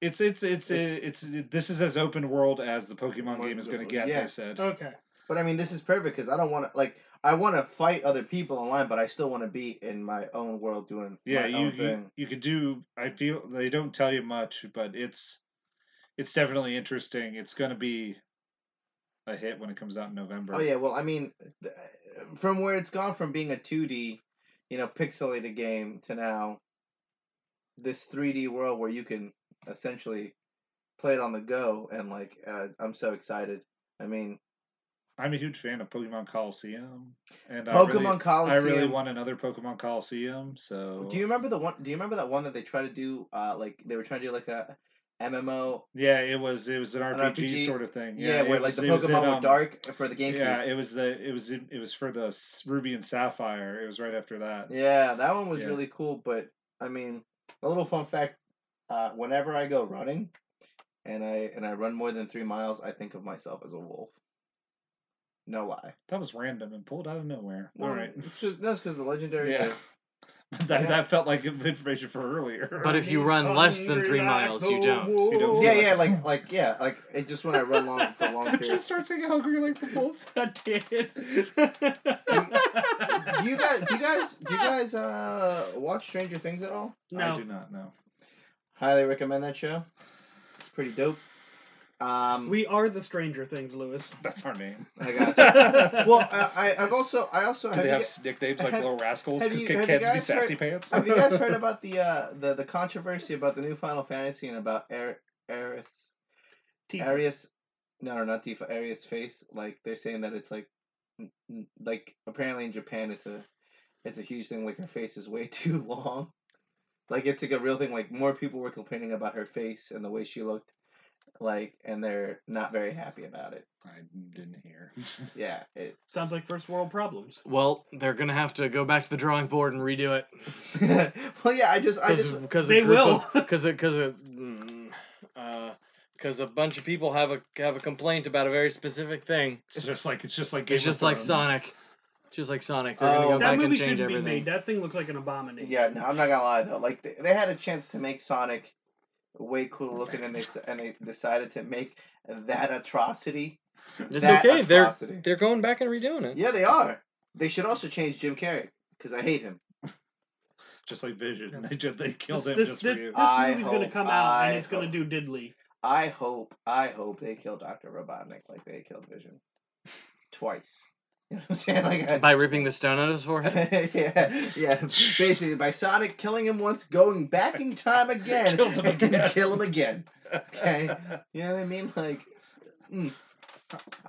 [SPEAKER 1] It's it's it's it's, it's this is as open world as the Pokemon game is going to get.
[SPEAKER 5] Yeah.
[SPEAKER 1] They said.
[SPEAKER 2] okay.
[SPEAKER 5] But I mean, this is perfect because I don't want to like I want to fight other people online, but I still want to be in my own world doing
[SPEAKER 1] yeah,
[SPEAKER 5] my
[SPEAKER 1] you,
[SPEAKER 5] own
[SPEAKER 1] you
[SPEAKER 5] thing.
[SPEAKER 1] you could do. I feel they don't tell you much, but it's it's definitely interesting. It's going to be a hit when it comes out in November.
[SPEAKER 5] Oh yeah, well I mean, th- from where it's gone from being a two D, you know, pixelated game to now, this three D world where you can essentially play it on the go and like uh, I'm so excited. I mean,
[SPEAKER 1] I'm a huge fan of Pokemon Coliseum, and I
[SPEAKER 5] Pokemon
[SPEAKER 1] really, I
[SPEAKER 5] Coliseum.
[SPEAKER 1] really want another Pokemon Coliseum. So
[SPEAKER 5] Do you remember the one? Do you remember that one that they tried to do? Uh, like they were trying to do like a MMO.
[SPEAKER 1] yeah, it was it was an RPG,
[SPEAKER 5] RPG?
[SPEAKER 1] sort of thing.
[SPEAKER 5] Yeah,
[SPEAKER 1] it
[SPEAKER 5] where like
[SPEAKER 1] was-
[SPEAKER 5] the
[SPEAKER 1] it was in,
[SPEAKER 5] Pokemon were
[SPEAKER 1] um,
[SPEAKER 5] dark for the GameCube.
[SPEAKER 1] Yeah,
[SPEAKER 5] Yeah,
[SPEAKER 1] it was the it was in- it was for the s- Ruby and Sapphire. It was right after that.
[SPEAKER 5] that one was
[SPEAKER 1] Yeah.
[SPEAKER 5] really cool. But I mean, a little fun fact: uh, whenever I go running, and I and I run more than three miles, I think of myself as a wolf. No lie.
[SPEAKER 1] That was random and pulled out of nowhere.
[SPEAKER 5] Well,
[SPEAKER 1] All right.
[SPEAKER 5] It's just no, it's because the legendary.
[SPEAKER 1] Yeah. that,
[SPEAKER 5] Yeah.
[SPEAKER 1] that felt like information for earlier.
[SPEAKER 4] But if you run less than three miles, you don't.
[SPEAKER 1] You don't
[SPEAKER 5] Yeah,
[SPEAKER 1] feel
[SPEAKER 5] yeah, like like yeah, like it just when I run long for long
[SPEAKER 1] just
[SPEAKER 5] periods.
[SPEAKER 1] start singing "Hungry Like the Wolf."
[SPEAKER 2] I did.
[SPEAKER 5] Do you guys do you guys do you guys uh watch Stranger Things at all?
[SPEAKER 1] I
[SPEAKER 2] no.
[SPEAKER 1] do not know.
[SPEAKER 5] Highly recommend that show. It's pretty dope. Um,
[SPEAKER 2] We are the Stranger Things, Lewis.
[SPEAKER 1] That's our name.
[SPEAKER 5] I got you.
[SPEAKER 2] well,
[SPEAKER 5] Well, I, I, I've also I also
[SPEAKER 1] Do
[SPEAKER 5] have
[SPEAKER 1] they
[SPEAKER 5] you,
[SPEAKER 1] have
[SPEAKER 5] gu-
[SPEAKER 1] nicknames like
[SPEAKER 5] have-
[SPEAKER 1] Little Rascals?
[SPEAKER 5] have
[SPEAKER 1] Because
[SPEAKER 5] you-
[SPEAKER 1] can
[SPEAKER 5] have you
[SPEAKER 1] kids be
[SPEAKER 5] guys heard-
[SPEAKER 1] sassy pants?
[SPEAKER 5] have you guys heard about the uh the the controversy about the new Final Fantasy and about Aer, Aerith Arius? No, no, not Tifa. Arius face. Like they're saying that it's like n- n- like apparently in Japan it's a it's a huge thing. Like her face is way too long. Like it's like a real thing. Like more people were complaining about her face and the way she looked. Like and they're not very happy about it.
[SPEAKER 1] I didn't hear.
[SPEAKER 5] Yeah, it,
[SPEAKER 2] Sounds like first world problems.
[SPEAKER 4] Well, they're gonna have to go back to the drawing board and redo it.
[SPEAKER 5] well, yeah, I just, I
[SPEAKER 4] Because
[SPEAKER 5] just,
[SPEAKER 2] They will.
[SPEAKER 4] because because because mm, uh, a bunch of people have a have a complaint about a very specific thing.
[SPEAKER 1] It's just like it's just like Game
[SPEAKER 4] it's
[SPEAKER 1] of
[SPEAKER 4] just like
[SPEAKER 1] Thrones.
[SPEAKER 4] Sonic, just like Sonic. They're gonna
[SPEAKER 5] Oh.
[SPEAKER 4] go
[SPEAKER 2] That
[SPEAKER 4] back and
[SPEAKER 2] movie
[SPEAKER 4] change
[SPEAKER 2] shouldn't
[SPEAKER 4] everything.
[SPEAKER 2] be made. That thing looks like an abomination.
[SPEAKER 5] yeah, no, I'm not gonna lie though. Like they, they had a chance to make Sonic way cool looking, and they s- and they decided to make that atrocity.
[SPEAKER 4] It's
[SPEAKER 5] that
[SPEAKER 4] okay. They're
[SPEAKER 5] atrocity.
[SPEAKER 4] they're going back and redoing it.
[SPEAKER 1] Mm-hmm.
[SPEAKER 5] yeah, they are. They should also change Jim Carrey because I hate him.
[SPEAKER 1] Just like Vision, they just they killed
[SPEAKER 2] this,
[SPEAKER 1] him
[SPEAKER 2] this,
[SPEAKER 1] just
[SPEAKER 2] this,
[SPEAKER 1] for you.
[SPEAKER 2] this
[SPEAKER 5] I
[SPEAKER 2] movie's gonna
[SPEAKER 5] hope-
[SPEAKER 2] come out and
[SPEAKER 5] I
[SPEAKER 2] it's gonna
[SPEAKER 5] hope.
[SPEAKER 2] do diddly.
[SPEAKER 5] I hope, I hope they kill Doctor Robotnik like they killed Vision twice. You know what I'm saying? Like I,
[SPEAKER 4] By ripping the stone out of his forehead.
[SPEAKER 5] yeah, yeah. Basically, by Sonic killing him once, going back in time again,
[SPEAKER 1] Kills him
[SPEAKER 5] and then
[SPEAKER 1] again.
[SPEAKER 5] kill him again. Okay, you know what I mean? Like, mm,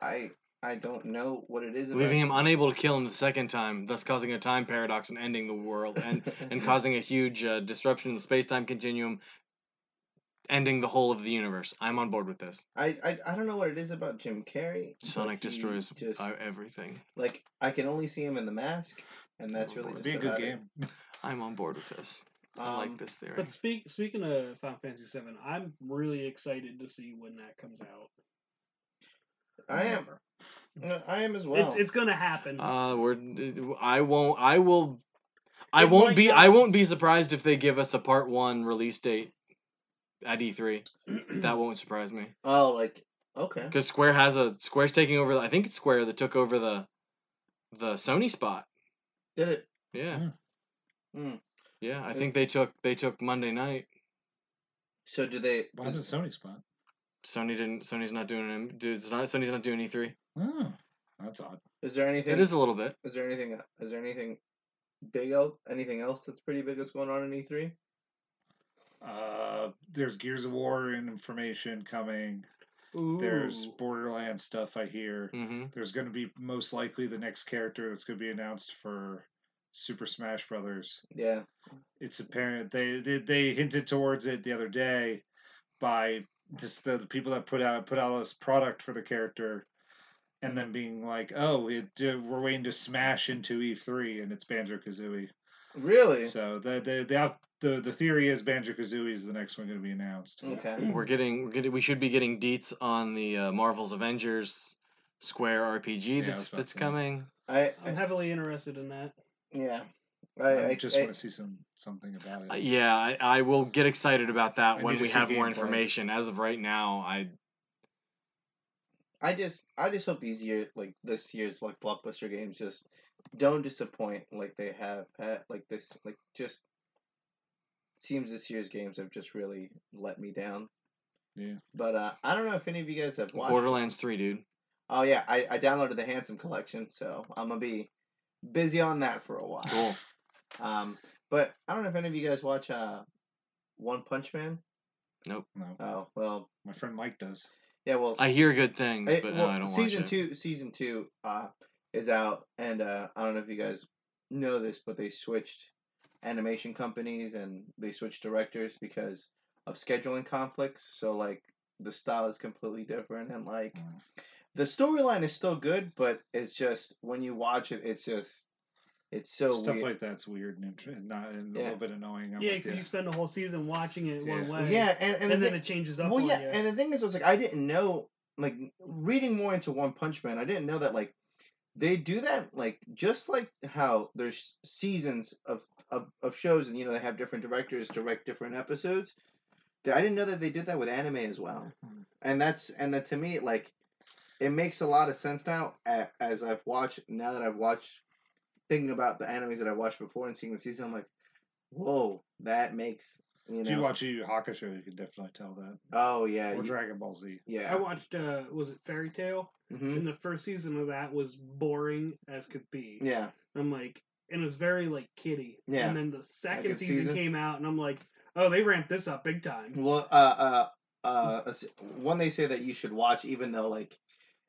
[SPEAKER 5] I I don't know what it is. about-
[SPEAKER 4] Leaving him unable to kill him the second time, thus causing a time paradox and ending the world, and
[SPEAKER 5] Mm-hmm.
[SPEAKER 4] and causing a huge uh, disruption in the space time continuum, ending the whole of the universe. I'm on board with this.
[SPEAKER 5] I, I I don't know what it is about Jim Carrey. but
[SPEAKER 4] Sonic
[SPEAKER 5] he
[SPEAKER 4] destroys
[SPEAKER 5] Just
[SPEAKER 4] uh, everything.
[SPEAKER 5] like I can only see him in the mask, and that's really
[SPEAKER 4] It'd
[SPEAKER 5] just
[SPEAKER 1] Be a good
[SPEAKER 5] about it.
[SPEAKER 1] game.
[SPEAKER 4] I'm on board with this. I
[SPEAKER 5] Um,
[SPEAKER 4] like this theory.
[SPEAKER 2] But speak, speaking of Final Fantasy VII, I'm really excited to see when that comes out.
[SPEAKER 5] I am.
[SPEAKER 1] Whatever.
[SPEAKER 5] I am as well.
[SPEAKER 2] It's it's gonna happen.
[SPEAKER 4] Uh, we're. I won't. I will. I
[SPEAKER 2] It might
[SPEAKER 4] won't be.
[SPEAKER 2] not-
[SPEAKER 4] I won't be surprised if they give us a part one release date at E3. that won't surprise me
[SPEAKER 5] oh, like okay.
[SPEAKER 4] because Square has a Square's taking over. I think it's Square that took over the the Sony spot.
[SPEAKER 5] Did it?
[SPEAKER 4] Yeah.
[SPEAKER 5] Hmm.
[SPEAKER 4] Yeah, I
[SPEAKER 5] Hmm.
[SPEAKER 4] think they took they took Monday night.
[SPEAKER 5] So do they?
[SPEAKER 1] Why is it Sony's spot?
[SPEAKER 4] Sony didn't. Sony's not doing. M- Dude, it's not. Sony's not doing E three.
[SPEAKER 1] Oh, that's odd.
[SPEAKER 5] Is there anything?
[SPEAKER 4] It is a little bit.
[SPEAKER 5] Is there anything? Is there anything big else? Anything else that's pretty big that's going on in E three?
[SPEAKER 1] Uh, there's Gears of War and information coming.
[SPEAKER 2] Ooh.
[SPEAKER 1] There's Borderland stuff I hear.
[SPEAKER 4] Mm-hmm.
[SPEAKER 1] There's going to be most likely the next character that's going to be announced for Super Smash Brothers.
[SPEAKER 5] Yeah.
[SPEAKER 1] It's apparent they they, they hinted towards it the other day by just the, the people that put out put out this product for the character, and then being like, "Oh, it uh, we're waiting to smash into E three, and it's Banjo Kazooie."
[SPEAKER 5] Really?
[SPEAKER 1] So the the the out- the, the theory is Banjo Kazooie is the next one going to be announced.
[SPEAKER 5] Okay.
[SPEAKER 4] We're getting we're getting we should be getting deets on the uh, Marvel's Avengers Square RPG
[SPEAKER 1] Yeah, I
[SPEAKER 4] that's
[SPEAKER 1] was about
[SPEAKER 4] that's
[SPEAKER 1] to-
[SPEAKER 4] coming.
[SPEAKER 5] I,
[SPEAKER 2] I'm
[SPEAKER 5] I
[SPEAKER 2] heavily interested in that.
[SPEAKER 5] yeah.
[SPEAKER 1] I,
[SPEAKER 5] I, I
[SPEAKER 1] just
[SPEAKER 5] I-
[SPEAKER 1] want to see some something about it.
[SPEAKER 4] Uh, yeah, I, I will get excited about that
[SPEAKER 1] I
[SPEAKER 4] when
[SPEAKER 1] need to
[SPEAKER 4] we
[SPEAKER 1] see
[SPEAKER 4] have more
[SPEAKER 1] gameplay.
[SPEAKER 4] information. As of right now, I
[SPEAKER 5] I just I just hope these year like this year's like blockbuster games just don't disappoint like they have had like this like just seems this year's games have just really let me down.
[SPEAKER 1] Yeah.
[SPEAKER 5] But uh, I don't know if any of you guys have watched
[SPEAKER 4] Borderlands three, dude.
[SPEAKER 5] Oh yeah, I, I downloaded the Handsome collection, so I'm gonna be busy on that for a while.
[SPEAKER 4] Cool.
[SPEAKER 5] Um, but I don't know if any of you guys watch uh, One Punch Man.
[SPEAKER 1] No,
[SPEAKER 5] Oh well,
[SPEAKER 1] my friend Mike does.
[SPEAKER 5] yeah, well
[SPEAKER 4] I hear good things,
[SPEAKER 5] I-
[SPEAKER 4] but no,
[SPEAKER 5] Eh, well,
[SPEAKER 4] I don't
[SPEAKER 5] season
[SPEAKER 4] watch it.
[SPEAKER 5] two, season two, uh, is out, and uh, I don't know if you guys know this, but they switched animation companies and they switched directors because of scheduling conflicts. So like the style is completely different, and like
[SPEAKER 1] Mm.
[SPEAKER 5] the storyline is still good, but it's just when you watch it, it's just it's so
[SPEAKER 1] Stuff
[SPEAKER 5] weird.
[SPEAKER 1] like that's weird and, int- and not and a
[SPEAKER 5] Yeah.
[SPEAKER 1] little bit annoying. I'm
[SPEAKER 2] Yeah,
[SPEAKER 1] like,
[SPEAKER 2] because you spend the whole season watching it one
[SPEAKER 1] Yeah.
[SPEAKER 2] way.
[SPEAKER 5] yeah, and, and,
[SPEAKER 2] And,
[SPEAKER 5] the
[SPEAKER 2] then
[SPEAKER 5] thi-
[SPEAKER 2] it changes up.
[SPEAKER 5] well,
[SPEAKER 2] on
[SPEAKER 5] yeah,
[SPEAKER 2] you.
[SPEAKER 5] and the thing is, I was like, I didn't know, like, reading more into One Punch Man, I didn't know that, like, they do that, like, just like how there's seasons of, of, of shows and, you know, they have different directors direct different episodes. Th- I didn't know that they did that with anime as well. And that's, and that to me, like, it makes a lot of sense now a- as I've watched, now that I've watched, thinking about the animes that I watched before and seeing the season, I'm like, whoa, that makes, you know.
[SPEAKER 1] If you watch Yu Yu Hakusho, you can definitely tell that.
[SPEAKER 5] oh, yeah.
[SPEAKER 1] or
[SPEAKER 5] you-
[SPEAKER 1] Dragon Ball Z.
[SPEAKER 5] yeah.
[SPEAKER 2] I watched, uh, was it Fairy Tale?
[SPEAKER 5] hmm
[SPEAKER 2] And the first season of that was boring as could be.
[SPEAKER 5] Yeah.
[SPEAKER 2] I'm like, and it was very like kiddie.
[SPEAKER 5] Yeah.
[SPEAKER 2] And then the second
[SPEAKER 5] Second
[SPEAKER 2] season,
[SPEAKER 5] season.
[SPEAKER 2] came out, and I'm like, oh, they ramped this up big time.
[SPEAKER 5] Well, uh, uh, uh, a s- one they say that you should watch, even though like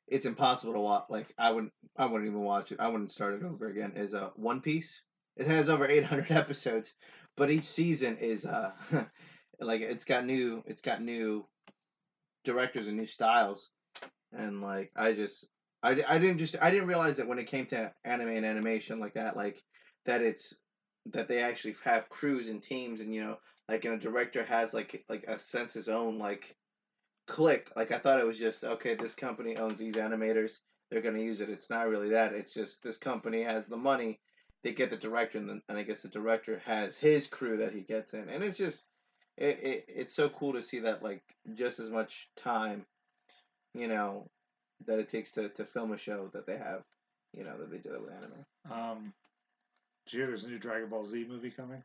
[SPEAKER 5] it's impossible to watch. Like I wouldn't, I wouldn't even watch it. I wouldn't start it over again. Is uh, One Piece. It has over eight hundred episodes, but each season is uh, like it's got new, it's got new directors and new styles, and like I just. I, di- I didn't just I didn't realize that when it came to anime and animation like that like that it's that they actually have crews and teams and you know like and a director has like like a sense his own like click like i thought it was just okay this company owns these animators they're going to use it it's not really that it's just this company has the money they get the director and, then, and i guess the director has his crew that he gets in and it's just it, it it's so cool to see that like just as much time you know that it takes to, to film a show that they have you know that they do that with anime
[SPEAKER 1] Um, did you hear there's a new Dragon Ball Z movie coming?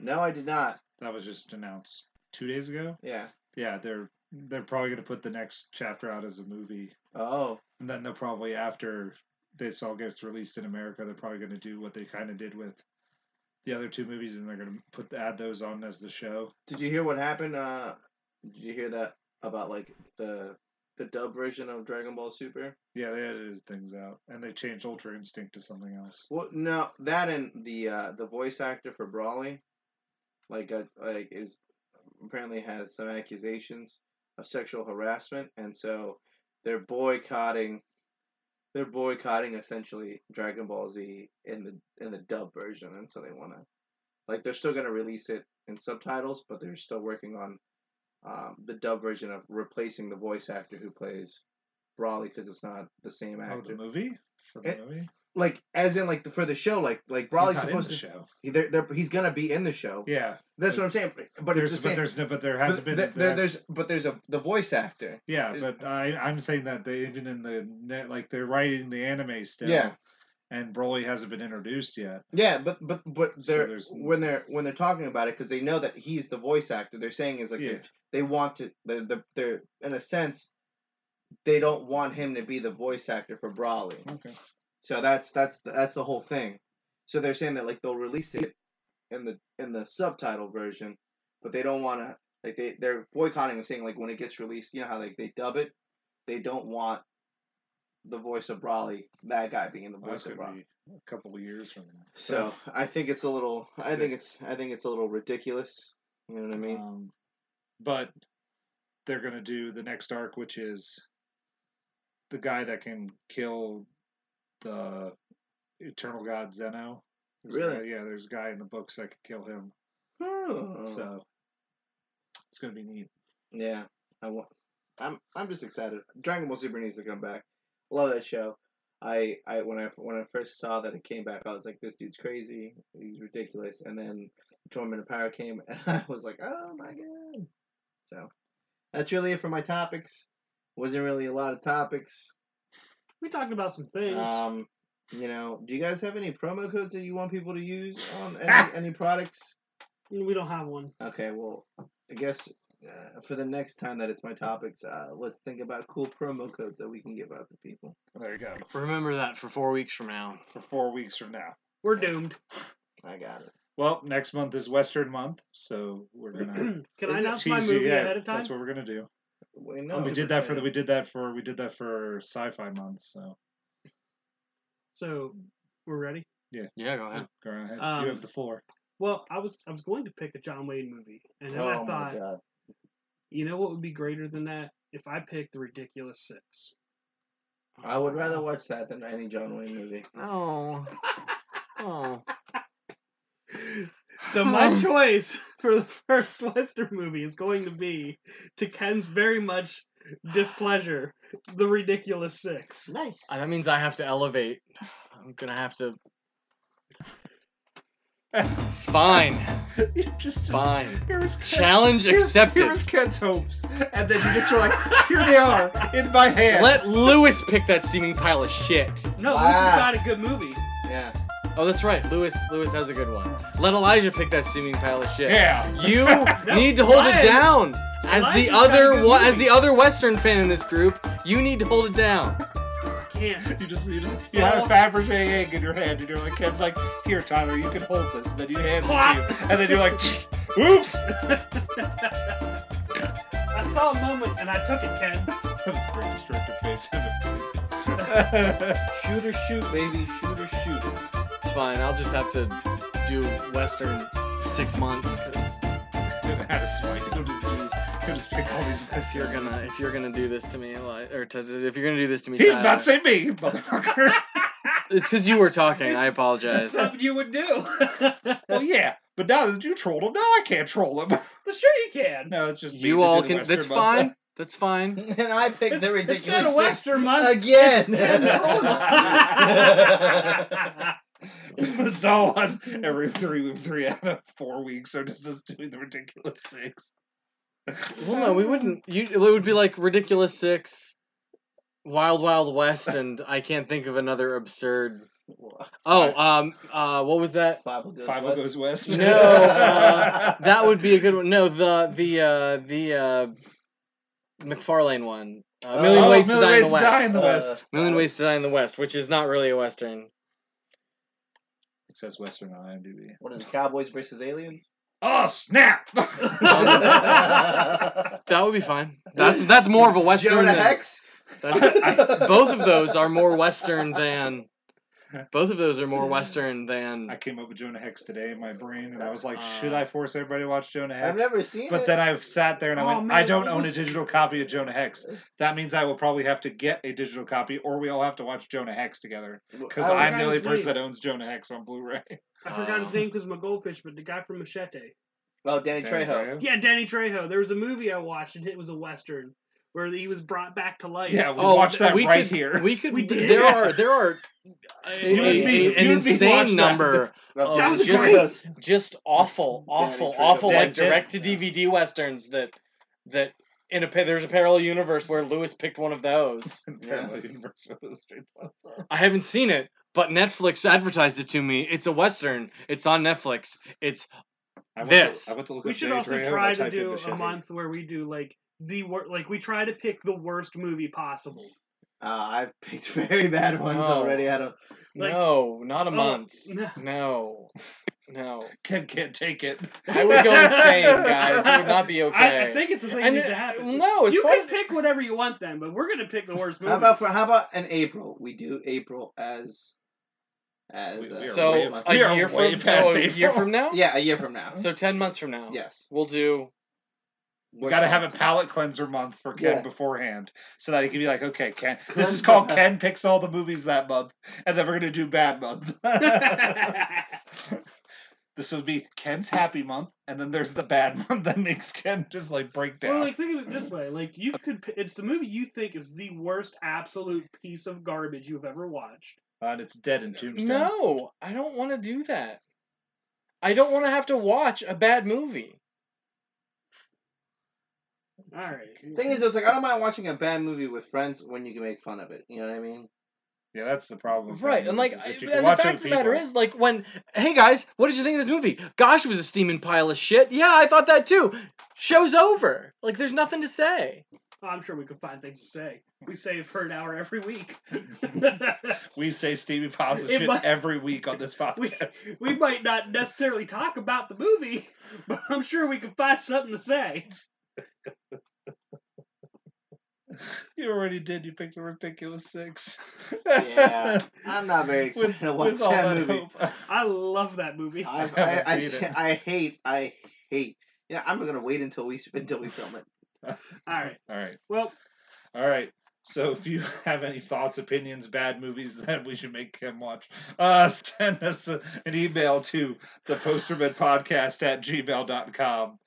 [SPEAKER 5] no i did not
[SPEAKER 1] That was just announced two days ago.
[SPEAKER 5] yeah
[SPEAKER 1] Yeah, they're they're probably going to put the next chapter out as a movie,
[SPEAKER 5] oh
[SPEAKER 1] and then they'll probably after this all gets released in America, they're probably going to do what they kind of did with the other two movies, and they're going to put add those on as the show.
[SPEAKER 5] Did you hear what happened? Uh, did you hear that about like the the dub version of Dragon Ball Super?
[SPEAKER 1] Yeah, they edited things out, and they changed Ultra Instinct to something else.
[SPEAKER 5] Well, no, that and the uh, the voice actor for Brawly, like uh, like is apparently has some accusations of sexual harassment, and so they're boycotting. They're boycotting essentially Dragon Ball Z in the in the dub version, and so they want to, like, they're still gonna release it in subtitles, but they're still working on um, the dub version of replacing the voice actor who plays Brawly because it's not the same
[SPEAKER 1] Oh, the
[SPEAKER 5] actor.
[SPEAKER 1] movie for the
[SPEAKER 5] Eh,
[SPEAKER 1] movie.
[SPEAKER 5] like, as in, like, the, for the show, like, like
[SPEAKER 1] He's
[SPEAKER 5] Brawly's
[SPEAKER 1] not in
[SPEAKER 5] supposed
[SPEAKER 1] the
[SPEAKER 5] to.
[SPEAKER 1] show.
[SPEAKER 5] He- They're, they're, he's gonna be in the show.
[SPEAKER 1] Yeah,
[SPEAKER 5] That's
[SPEAKER 1] but-
[SPEAKER 5] what I'm saying. But it's
[SPEAKER 1] there's
[SPEAKER 5] the same.
[SPEAKER 1] but there's no but there
[SPEAKER 5] but
[SPEAKER 1] hasn't been
[SPEAKER 5] there-
[SPEAKER 1] there
[SPEAKER 5] there-
[SPEAKER 1] have-
[SPEAKER 5] there's but there's a the voice actor.
[SPEAKER 1] Yeah,
[SPEAKER 5] Is-
[SPEAKER 1] but I, I'm saying that they even in the net, like they're writing the anime still.
[SPEAKER 5] Yeah.
[SPEAKER 1] And Broly hasn't been introduced yet.
[SPEAKER 5] Yeah, but but but
[SPEAKER 1] So
[SPEAKER 5] they're
[SPEAKER 1] there's-
[SPEAKER 5] when they're when they're talking about it because they know that he's the voice actor. They're saying is like they,
[SPEAKER 1] yeah.
[SPEAKER 5] they want to they're, they're, they're in a sense they don't want him to be the voice actor for Brawly.
[SPEAKER 1] Okay.
[SPEAKER 5] So that's that's the, that's the whole thing. So they're saying that like they'll release it in the in the subtitle version, but they don't want to like they they're boycotting and saying like when it gets released, you know how like they dub it, they don't want the voice of Brawley, that guy being the
[SPEAKER 1] Well, that
[SPEAKER 5] voice
[SPEAKER 1] could
[SPEAKER 5] of Brawley.
[SPEAKER 1] be a couple of years from now.
[SPEAKER 5] So I think it's a little. I
[SPEAKER 1] Sick.
[SPEAKER 5] think it's. I think it's a little ridiculous. You know what I mean?
[SPEAKER 1] Um, but they're going to do the next arc, which is the guy that can kill the eternal god Zeno. There's a
[SPEAKER 5] Really?
[SPEAKER 1] guy- yeah, there's a guy in the books that can kill him.
[SPEAKER 5] Oh.
[SPEAKER 1] So it's going to be neat.
[SPEAKER 5] Yeah, I want. I'm I'm just excited. Dragon Ball Super needs to come back. Love that show. I I when I when I first saw that it came back, I was like, this dude's crazy. He's ridiculous. And then Tournament of Power came, and I was like, oh my god. So that's really it for my topics. Wasn't really a lot of topics.
[SPEAKER 2] We talked about some things.
[SPEAKER 5] Um, you know, do you guys have any promo codes that you want people to use on any, any products?
[SPEAKER 2] we don't have one.
[SPEAKER 5] Okay, well, I guess uh, for the next time that it's my topics, uh, let's think about cool promo codes that we can give out to people.
[SPEAKER 1] There you go.
[SPEAKER 4] Remember that for four weeks from now.
[SPEAKER 1] For four weeks from now.
[SPEAKER 2] We're doomed.
[SPEAKER 5] I got it.
[SPEAKER 1] Well, next month is Western month, so we're gonna
[SPEAKER 2] Can I
[SPEAKER 5] it
[SPEAKER 2] announce my
[SPEAKER 1] tease you.
[SPEAKER 2] movie
[SPEAKER 1] Yeah,
[SPEAKER 2] ahead of time?
[SPEAKER 1] that's what we're gonna do.
[SPEAKER 5] Wait, no,
[SPEAKER 1] Oh, we
[SPEAKER 5] it's
[SPEAKER 1] did that for the,
[SPEAKER 5] exciting.
[SPEAKER 1] we did that for we did that for sci-fi month. So
[SPEAKER 2] So we're ready.
[SPEAKER 4] Yeah, go ahead.
[SPEAKER 1] go ahead,
[SPEAKER 2] Um,
[SPEAKER 1] you have the floor.
[SPEAKER 2] Well, I was I was going to pick a John Wayne movie, and then
[SPEAKER 5] Oh
[SPEAKER 2] I
[SPEAKER 5] my
[SPEAKER 2] thought,
[SPEAKER 5] god!
[SPEAKER 2] you know what would be greater than that if I picked The Ridiculous Six.
[SPEAKER 5] I would rather watch that than any John Wayne movie.
[SPEAKER 4] Oh. No. Oh.
[SPEAKER 2] So my choice for the first Western movie is going to be, to Ken's very much displeasure, The Ridiculous Six.
[SPEAKER 5] Nice.
[SPEAKER 4] Uh, That means I have to elevate. I'm gonna have to. Fine,
[SPEAKER 1] you just,
[SPEAKER 4] fine.
[SPEAKER 1] Here was Kent's-
[SPEAKER 4] Challenge
[SPEAKER 1] here- Here
[SPEAKER 4] accepted.
[SPEAKER 1] was Kent's hopes, and then you just were like, "Here they are in my hand."
[SPEAKER 4] Let Lewis pick that steaming pile of shit.
[SPEAKER 2] No,
[SPEAKER 5] Wow.
[SPEAKER 2] this is not a good movie.
[SPEAKER 5] Yeah.
[SPEAKER 4] Oh, that's right. Lewis, Lewis has a good one. Let Elijah pick that steaming pile of shit.
[SPEAKER 1] yeah,
[SPEAKER 4] You need to hold
[SPEAKER 2] Ryan-
[SPEAKER 4] it down. As
[SPEAKER 2] Ryan's
[SPEAKER 4] the
[SPEAKER 2] got a
[SPEAKER 4] other,
[SPEAKER 2] good
[SPEAKER 4] wa- as
[SPEAKER 2] movie.
[SPEAKER 4] the other Western fan in this group, you need to hold it down.
[SPEAKER 2] Can't.
[SPEAKER 1] you just you just you had a
[SPEAKER 2] So-
[SPEAKER 1] Faberge egg in your hand, and you're like, Ken's like, "Here, Tyler, you can hold this." And then he hands it to you, and then you're like, "Oops."
[SPEAKER 2] I saw a moment and I took it, Ken.
[SPEAKER 1] That was a great destructive face.
[SPEAKER 5] Shoot or shoot, baby. Shoot or shoot.
[SPEAKER 4] It's fine. I'll just have to do Western six months because
[SPEAKER 1] Out of spite, he'll just do, he'll just pick all these.
[SPEAKER 4] if you're gonna if you're gonna do this to me, Eli- or to, if you're gonna do this to me,
[SPEAKER 1] He's
[SPEAKER 4] Tyler-
[SPEAKER 1] not saying me, motherfucker.
[SPEAKER 4] It's because you were talking. I apologize.
[SPEAKER 2] Something you would do.
[SPEAKER 1] well, yeah, but now that you trolled him, now I can't troll him.
[SPEAKER 2] sure you can.
[SPEAKER 1] No, it's just me to
[SPEAKER 4] You
[SPEAKER 1] do
[SPEAKER 4] all
[SPEAKER 1] the
[SPEAKER 4] can.
[SPEAKER 1] Western
[SPEAKER 4] That's
[SPEAKER 1] month.
[SPEAKER 4] fine. That's fine.
[SPEAKER 5] and I picked
[SPEAKER 2] It's-
[SPEAKER 5] the ridiculous.
[SPEAKER 2] it's not a
[SPEAKER 5] Six
[SPEAKER 2] Western month.
[SPEAKER 5] again.
[SPEAKER 1] It's not one every three three out of four weeks are just us doing the ridiculous six.
[SPEAKER 4] Well, no, we wouldn't. You, it would be like ridiculous six, Wild Wild West, and I can't think of another absurd. Oh, um, uh, what was that?
[SPEAKER 5] Five will go.
[SPEAKER 1] Five
[SPEAKER 5] west.
[SPEAKER 1] goes west.
[SPEAKER 4] No, uh, That would be a good one. No, the the uh, the uh, McFarlane one. Uh,
[SPEAKER 5] Oh,
[SPEAKER 4] Million
[SPEAKER 1] Oh,
[SPEAKER 4] Ways to
[SPEAKER 1] Million
[SPEAKER 4] Die in
[SPEAKER 1] Ways
[SPEAKER 4] the
[SPEAKER 1] to Die
[SPEAKER 4] West.
[SPEAKER 1] in the
[SPEAKER 5] Uh,
[SPEAKER 1] West.
[SPEAKER 4] Million Ways to Die in the West, which is not really a western.
[SPEAKER 1] It says Western on IMDb.
[SPEAKER 5] What is it, Cowboys versus Aliens?
[SPEAKER 1] Oh snap!
[SPEAKER 5] Jonah
[SPEAKER 4] That would be fine. That's that's more of a western. than-
[SPEAKER 5] Hex?
[SPEAKER 4] That's, both of those are more western than both of those are more western
[SPEAKER 1] I
[SPEAKER 4] than
[SPEAKER 1] came up with Jonah Hex today in my brain, and I was like, should
[SPEAKER 4] Uh,
[SPEAKER 1] I force everybody to watch Jonah Hex?
[SPEAKER 5] I've never seen
[SPEAKER 1] But
[SPEAKER 5] it.
[SPEAKER 1] then I sat there and I
[SPEAKER 2] Oh,
[SPEAKER 1] went,
[SPEAKER 2] man,
[SPEAKER 1] I don't
[SPEAKER 2] it
[SPEAKER 1] own a
[SPEAKER 2] was-
[SPEAKER 1] digital copy of Jonah Hex.
[SPEAKER 4] Uh,
[SPEAKER 1] That means I will probably have to get a digital copy, or we all have to watch Jonah Hex together. Because
[SPEAKER 5] I-
[SPEAKER 1] I'm the only
[SPEAKER 2] Right.
[SPEAKER 1] person that owns Jonah Hex on Blu-ray.
[SPEAKER 2] I forgot his
[SPEAKER 4] Um.
[SPEAKER 2] name because my goldfish, but the guy from Machete.
[SPEAKER 5] Oh, Danny Trejo.
[SPEAKER 2] Yeah, Danny Trejo. There was a movie I watched, and it was a western where he was brought back to life.
[SPEAKER 1] Yeah, we
[SPEAKER 4] Oh,
[SPEAKER 1] watched that
[SPEAKER 4] we
[SPEAKER 1] right
[SPEAKER 4] could-
[SPEAKER 1] here.
[SPEAKER 4] we could
[SPEAKER 2] We did.
[SPEAKER 4] there are there are a,
[SPEAKER 1] You and
[SPEAKER 4] a-
[SPEAKER 1] me-
[SPEAKER 4] a- an
[SPEAKER 1] you and me watched
[SPEAKER 4] insane
[SPEAKER 1] that.
[SPEAKER 4] number
[SPEAKER 5] Oh,
[SPEAKER 2] That was
[SPEAKER 5] just
[SPEAKER 2] great.
[SPEAKER 5] those-
[SPEAKER 4] just awful awful
[SPEAKER 5] Trejo.
[SPEAKER 4] awful
[SPEAKER 1] Dead,
[SPEAKER 4] like
[SPEAKER 1] dead.
[SPEAKER 4] direct to DVD westerns that that in a pa- there's a parallel universe where Lewis picked one of those.
[SPEAKER 1] Parallel universe with those straight lines.
[SPEAKER 4] I haven't seen it, but Netflix advertised it to me. It's a western. It's on Netflix. It's
[SPEAKER 1] I went
[SPEAKER 4] This.
[SPEAKER 1] To, I went to look
[SPEAKER 2] We
[SPEAKER 1] up
[SPEAKER 2] should
[SPEAKER 1] Danny
[SPEAKER 2] also
[SPEAKER 1] Trejo, I
[SPEAKER 2] try to
[SPEAKER 1] typed in
[SPEAKER 2] do a
[SPEAKER 1] Machete.
[SPEAKER 2] month where we do like the wor- like we try to pick the worst movie possible.
[SPEAKER 5] Uh, I've picked very bad
[SPEAKER 1] Oh.
[SPEAKER 5] ones
[SPEAKER 4] No.
[SPEAKER 5] already. I don't.
[SPEAKER 2] Like-
[SPEAKER 4] no, not a
[SPEAKER 2] oh,
[SPEAKER 4] month.
[SPEAKER 2] no.
[SPEAKER 4] No. No.
[SPEAKER 1] Ken can't take it.
[SPEAKER 4] I would go insane, guys. It would not be okay.
[SPEAKER 2] I, I think it's a thing that
[SPEAKER 4] And
[SPEAKER 2] needs
[SPEAKER 4] it-
[SPEAKER 2] to happen.
[SPEAKER 4] no, as
[SPEAKER 2] you
[SPEAKER 4] far
[SPEAKER 2] can
[SPEAKER 4] as-
[SPEAKER 2] pick whatever you want then, but we're gonna pick the worst
[SPEAKER 1] Hmm.
[SPEAKER 2] movie.
[SPEAKER 5] How about for how about an April? We do April as as
[SPEAKER 6] We-
[SPEAKER 5] uh,
[SPEAKER 6] we are
[SPEAKER 4] so
[SPEAKER 6] way-
[SPEAKER 5] month.
[SPEAKER 6] we
[SPEAKER 4] a
[SPEAKER 6] are
[SPEAKER 4] year
[SPEAKER 6] way
[SPEAKER 4] from
[SPEAKER 6] past
[SPEAKER 4] so a year
[SPEAKER 6] April.
[SPEAKER 4] from now.
[SPEAKER 5] yeah, a year from
[SPEAKER 1] Hmm.
[SPEAKER 5] now.
[SPEAKER 4] So ten months from now.
[SPEAKER 5] yes,
[SPEAKER 4] We'll do.
[SPEAKER 1] We got to have a palate cleanser month for Ken
[SPEAKER 5] Yeah.
[SPEAKER 1] beforehand, so that he can be like, okay, Ken, this
[SPEAKER 5] Cleanse
[SPEAKER 1] is called
[SPEAKER 5] the-
[SPEAKER 1] Ken picks all the movies that month, and then we're gonna do bad month. this would be Ken's happy month, and then there's the bad month that makes Ken just like break
[SPEAKER 2] Well,
[SPEAKER 1] down.
[SPEAKER 2] like think of it this way: like you could, p- it's the movie you think is the worst absolute piece of garbage you've ever watched.
[SPEAKER 1] and it's dead in Tombstone.
[SPEAKER 4] No, I don't want to do that. I don't want to have to watch a bad movie.
[SPEAKER 2] All right.
[SPEAKER 5] Thing is, it's like I don't mind watching a bad movie with friends when you can make fun of it. You know what I mean?
[SPEAKER 1] Yeah, that's the problem. with
[SPEAKER 4] Right,
[SPEAKER 1] bad
[SPEAKER 4] and like,
[SPEAKER 1] movies,
[SPEAKER 4] I-
[SPEAKER 1] is if
[SPEAKER 4] and
[SPEAKER 1] you
[SPEAKER 4] the
[SPEAKER 1] can watch
[SPEAKER 4] fact
[SPEAKER 1] it
[SPEAKER 4] of
[SPEAKER 1] with
[SPEAKER 4] the matter
[SPEAKER 1] people-
[SPEAKER 4] is, like, when, hey guys, what did you think of this movie? Gosh, it was a steaming pile of shit. Yeah, I thought that too. Show's over. Like, there's nothing to say.
[SPEAKER 2] I'm sure we could find things to say. We save for an hour every week.
[SPEAKER 1] we say Stevie Piles of
[SPEAKER 2] It
[SPEAKER 1] shit
[SPEAKER 2] must-
[SPEAKER 1] every week on this
[SPEAKER 2] we,
[SPEAKER 1] podcast.
[SPEAKER 2] we might not necessarily talk about the movie, but I'm sure we could find something to say.
[SPEAKER 1] you already did. You picked a ridiculous six.
[SPEAKER 5] Yeah, I'm not very
[SPEAKER 1] With-
[SPEAKER 5] excited to watch
[SPEAKER 1] with all
[SPEAKER 5] that
[SPEAKER 1] that
[SPEAKER 5] movie.
[SPEAKER 1] hope.
[SPEAKER 2] I love that movie.
[SPEAKER 1] I
[SPEAKER 5] I, I,
[SPEAKER 1] haven't
[SPEAKER 5] I,
[SPEAKER 1] seen it.
[SPEAKER 5] I hate I hate. Yeah, I'm gonna wait until we until we film it.
[SPEAKER 2] All right.
[SPEAKER 1] All right.
[SPEAKER 2] Well,
[SPEAKER 1] All right. So if you have any thoughts, opinions, bad movies that we should make him watch, uh, send us a- an email to the postermanpodcast at gmail.com.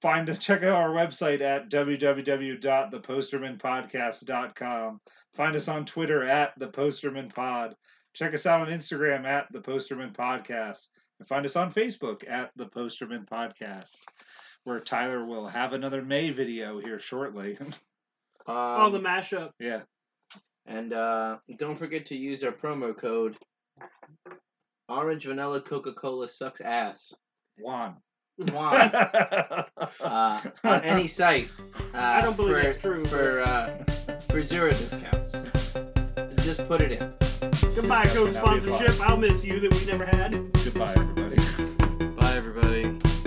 [SPEAKER 1] Find us, check out our website at www.thepostermanpodcast.com. Find us on Twitter at the Posterman Pod. Check us out on Instagram at the Posterman Podcast. And find us on Facebook at the Posterman Podcast, where Tyler will have another May video here shortly.
[SPEAKER 5] Um,
[SPEAKER 2] all the mashup.
[SPEAKER 1] yeah.
[SPEAKER 5] and uh, don't forget to use our promo code. Orange vanilla Coca Cola sucks ass.
[SPEAKER 1] One.
[SPEAKER 5] Why? uh, on any site. Uh,
[SPEAKER 2] I don't believe
[SPEAKER 5] for,
[SPEAKER 2] that's true.
[SPEAKER 5] For uh, for zero discounts. Just put it in.
[SPEAKER 2] Goodbye,
[SPEAKER 1] Disgusting.
[SPEAKER 2] Coke
[SPEAKER 1] Now we have
[SPEAKER 2] sponsorship. I'll miss you that we never had.
[SPEAKER 1] Goodbye, everybody.
[SPEAKER 4] Bye, everybody.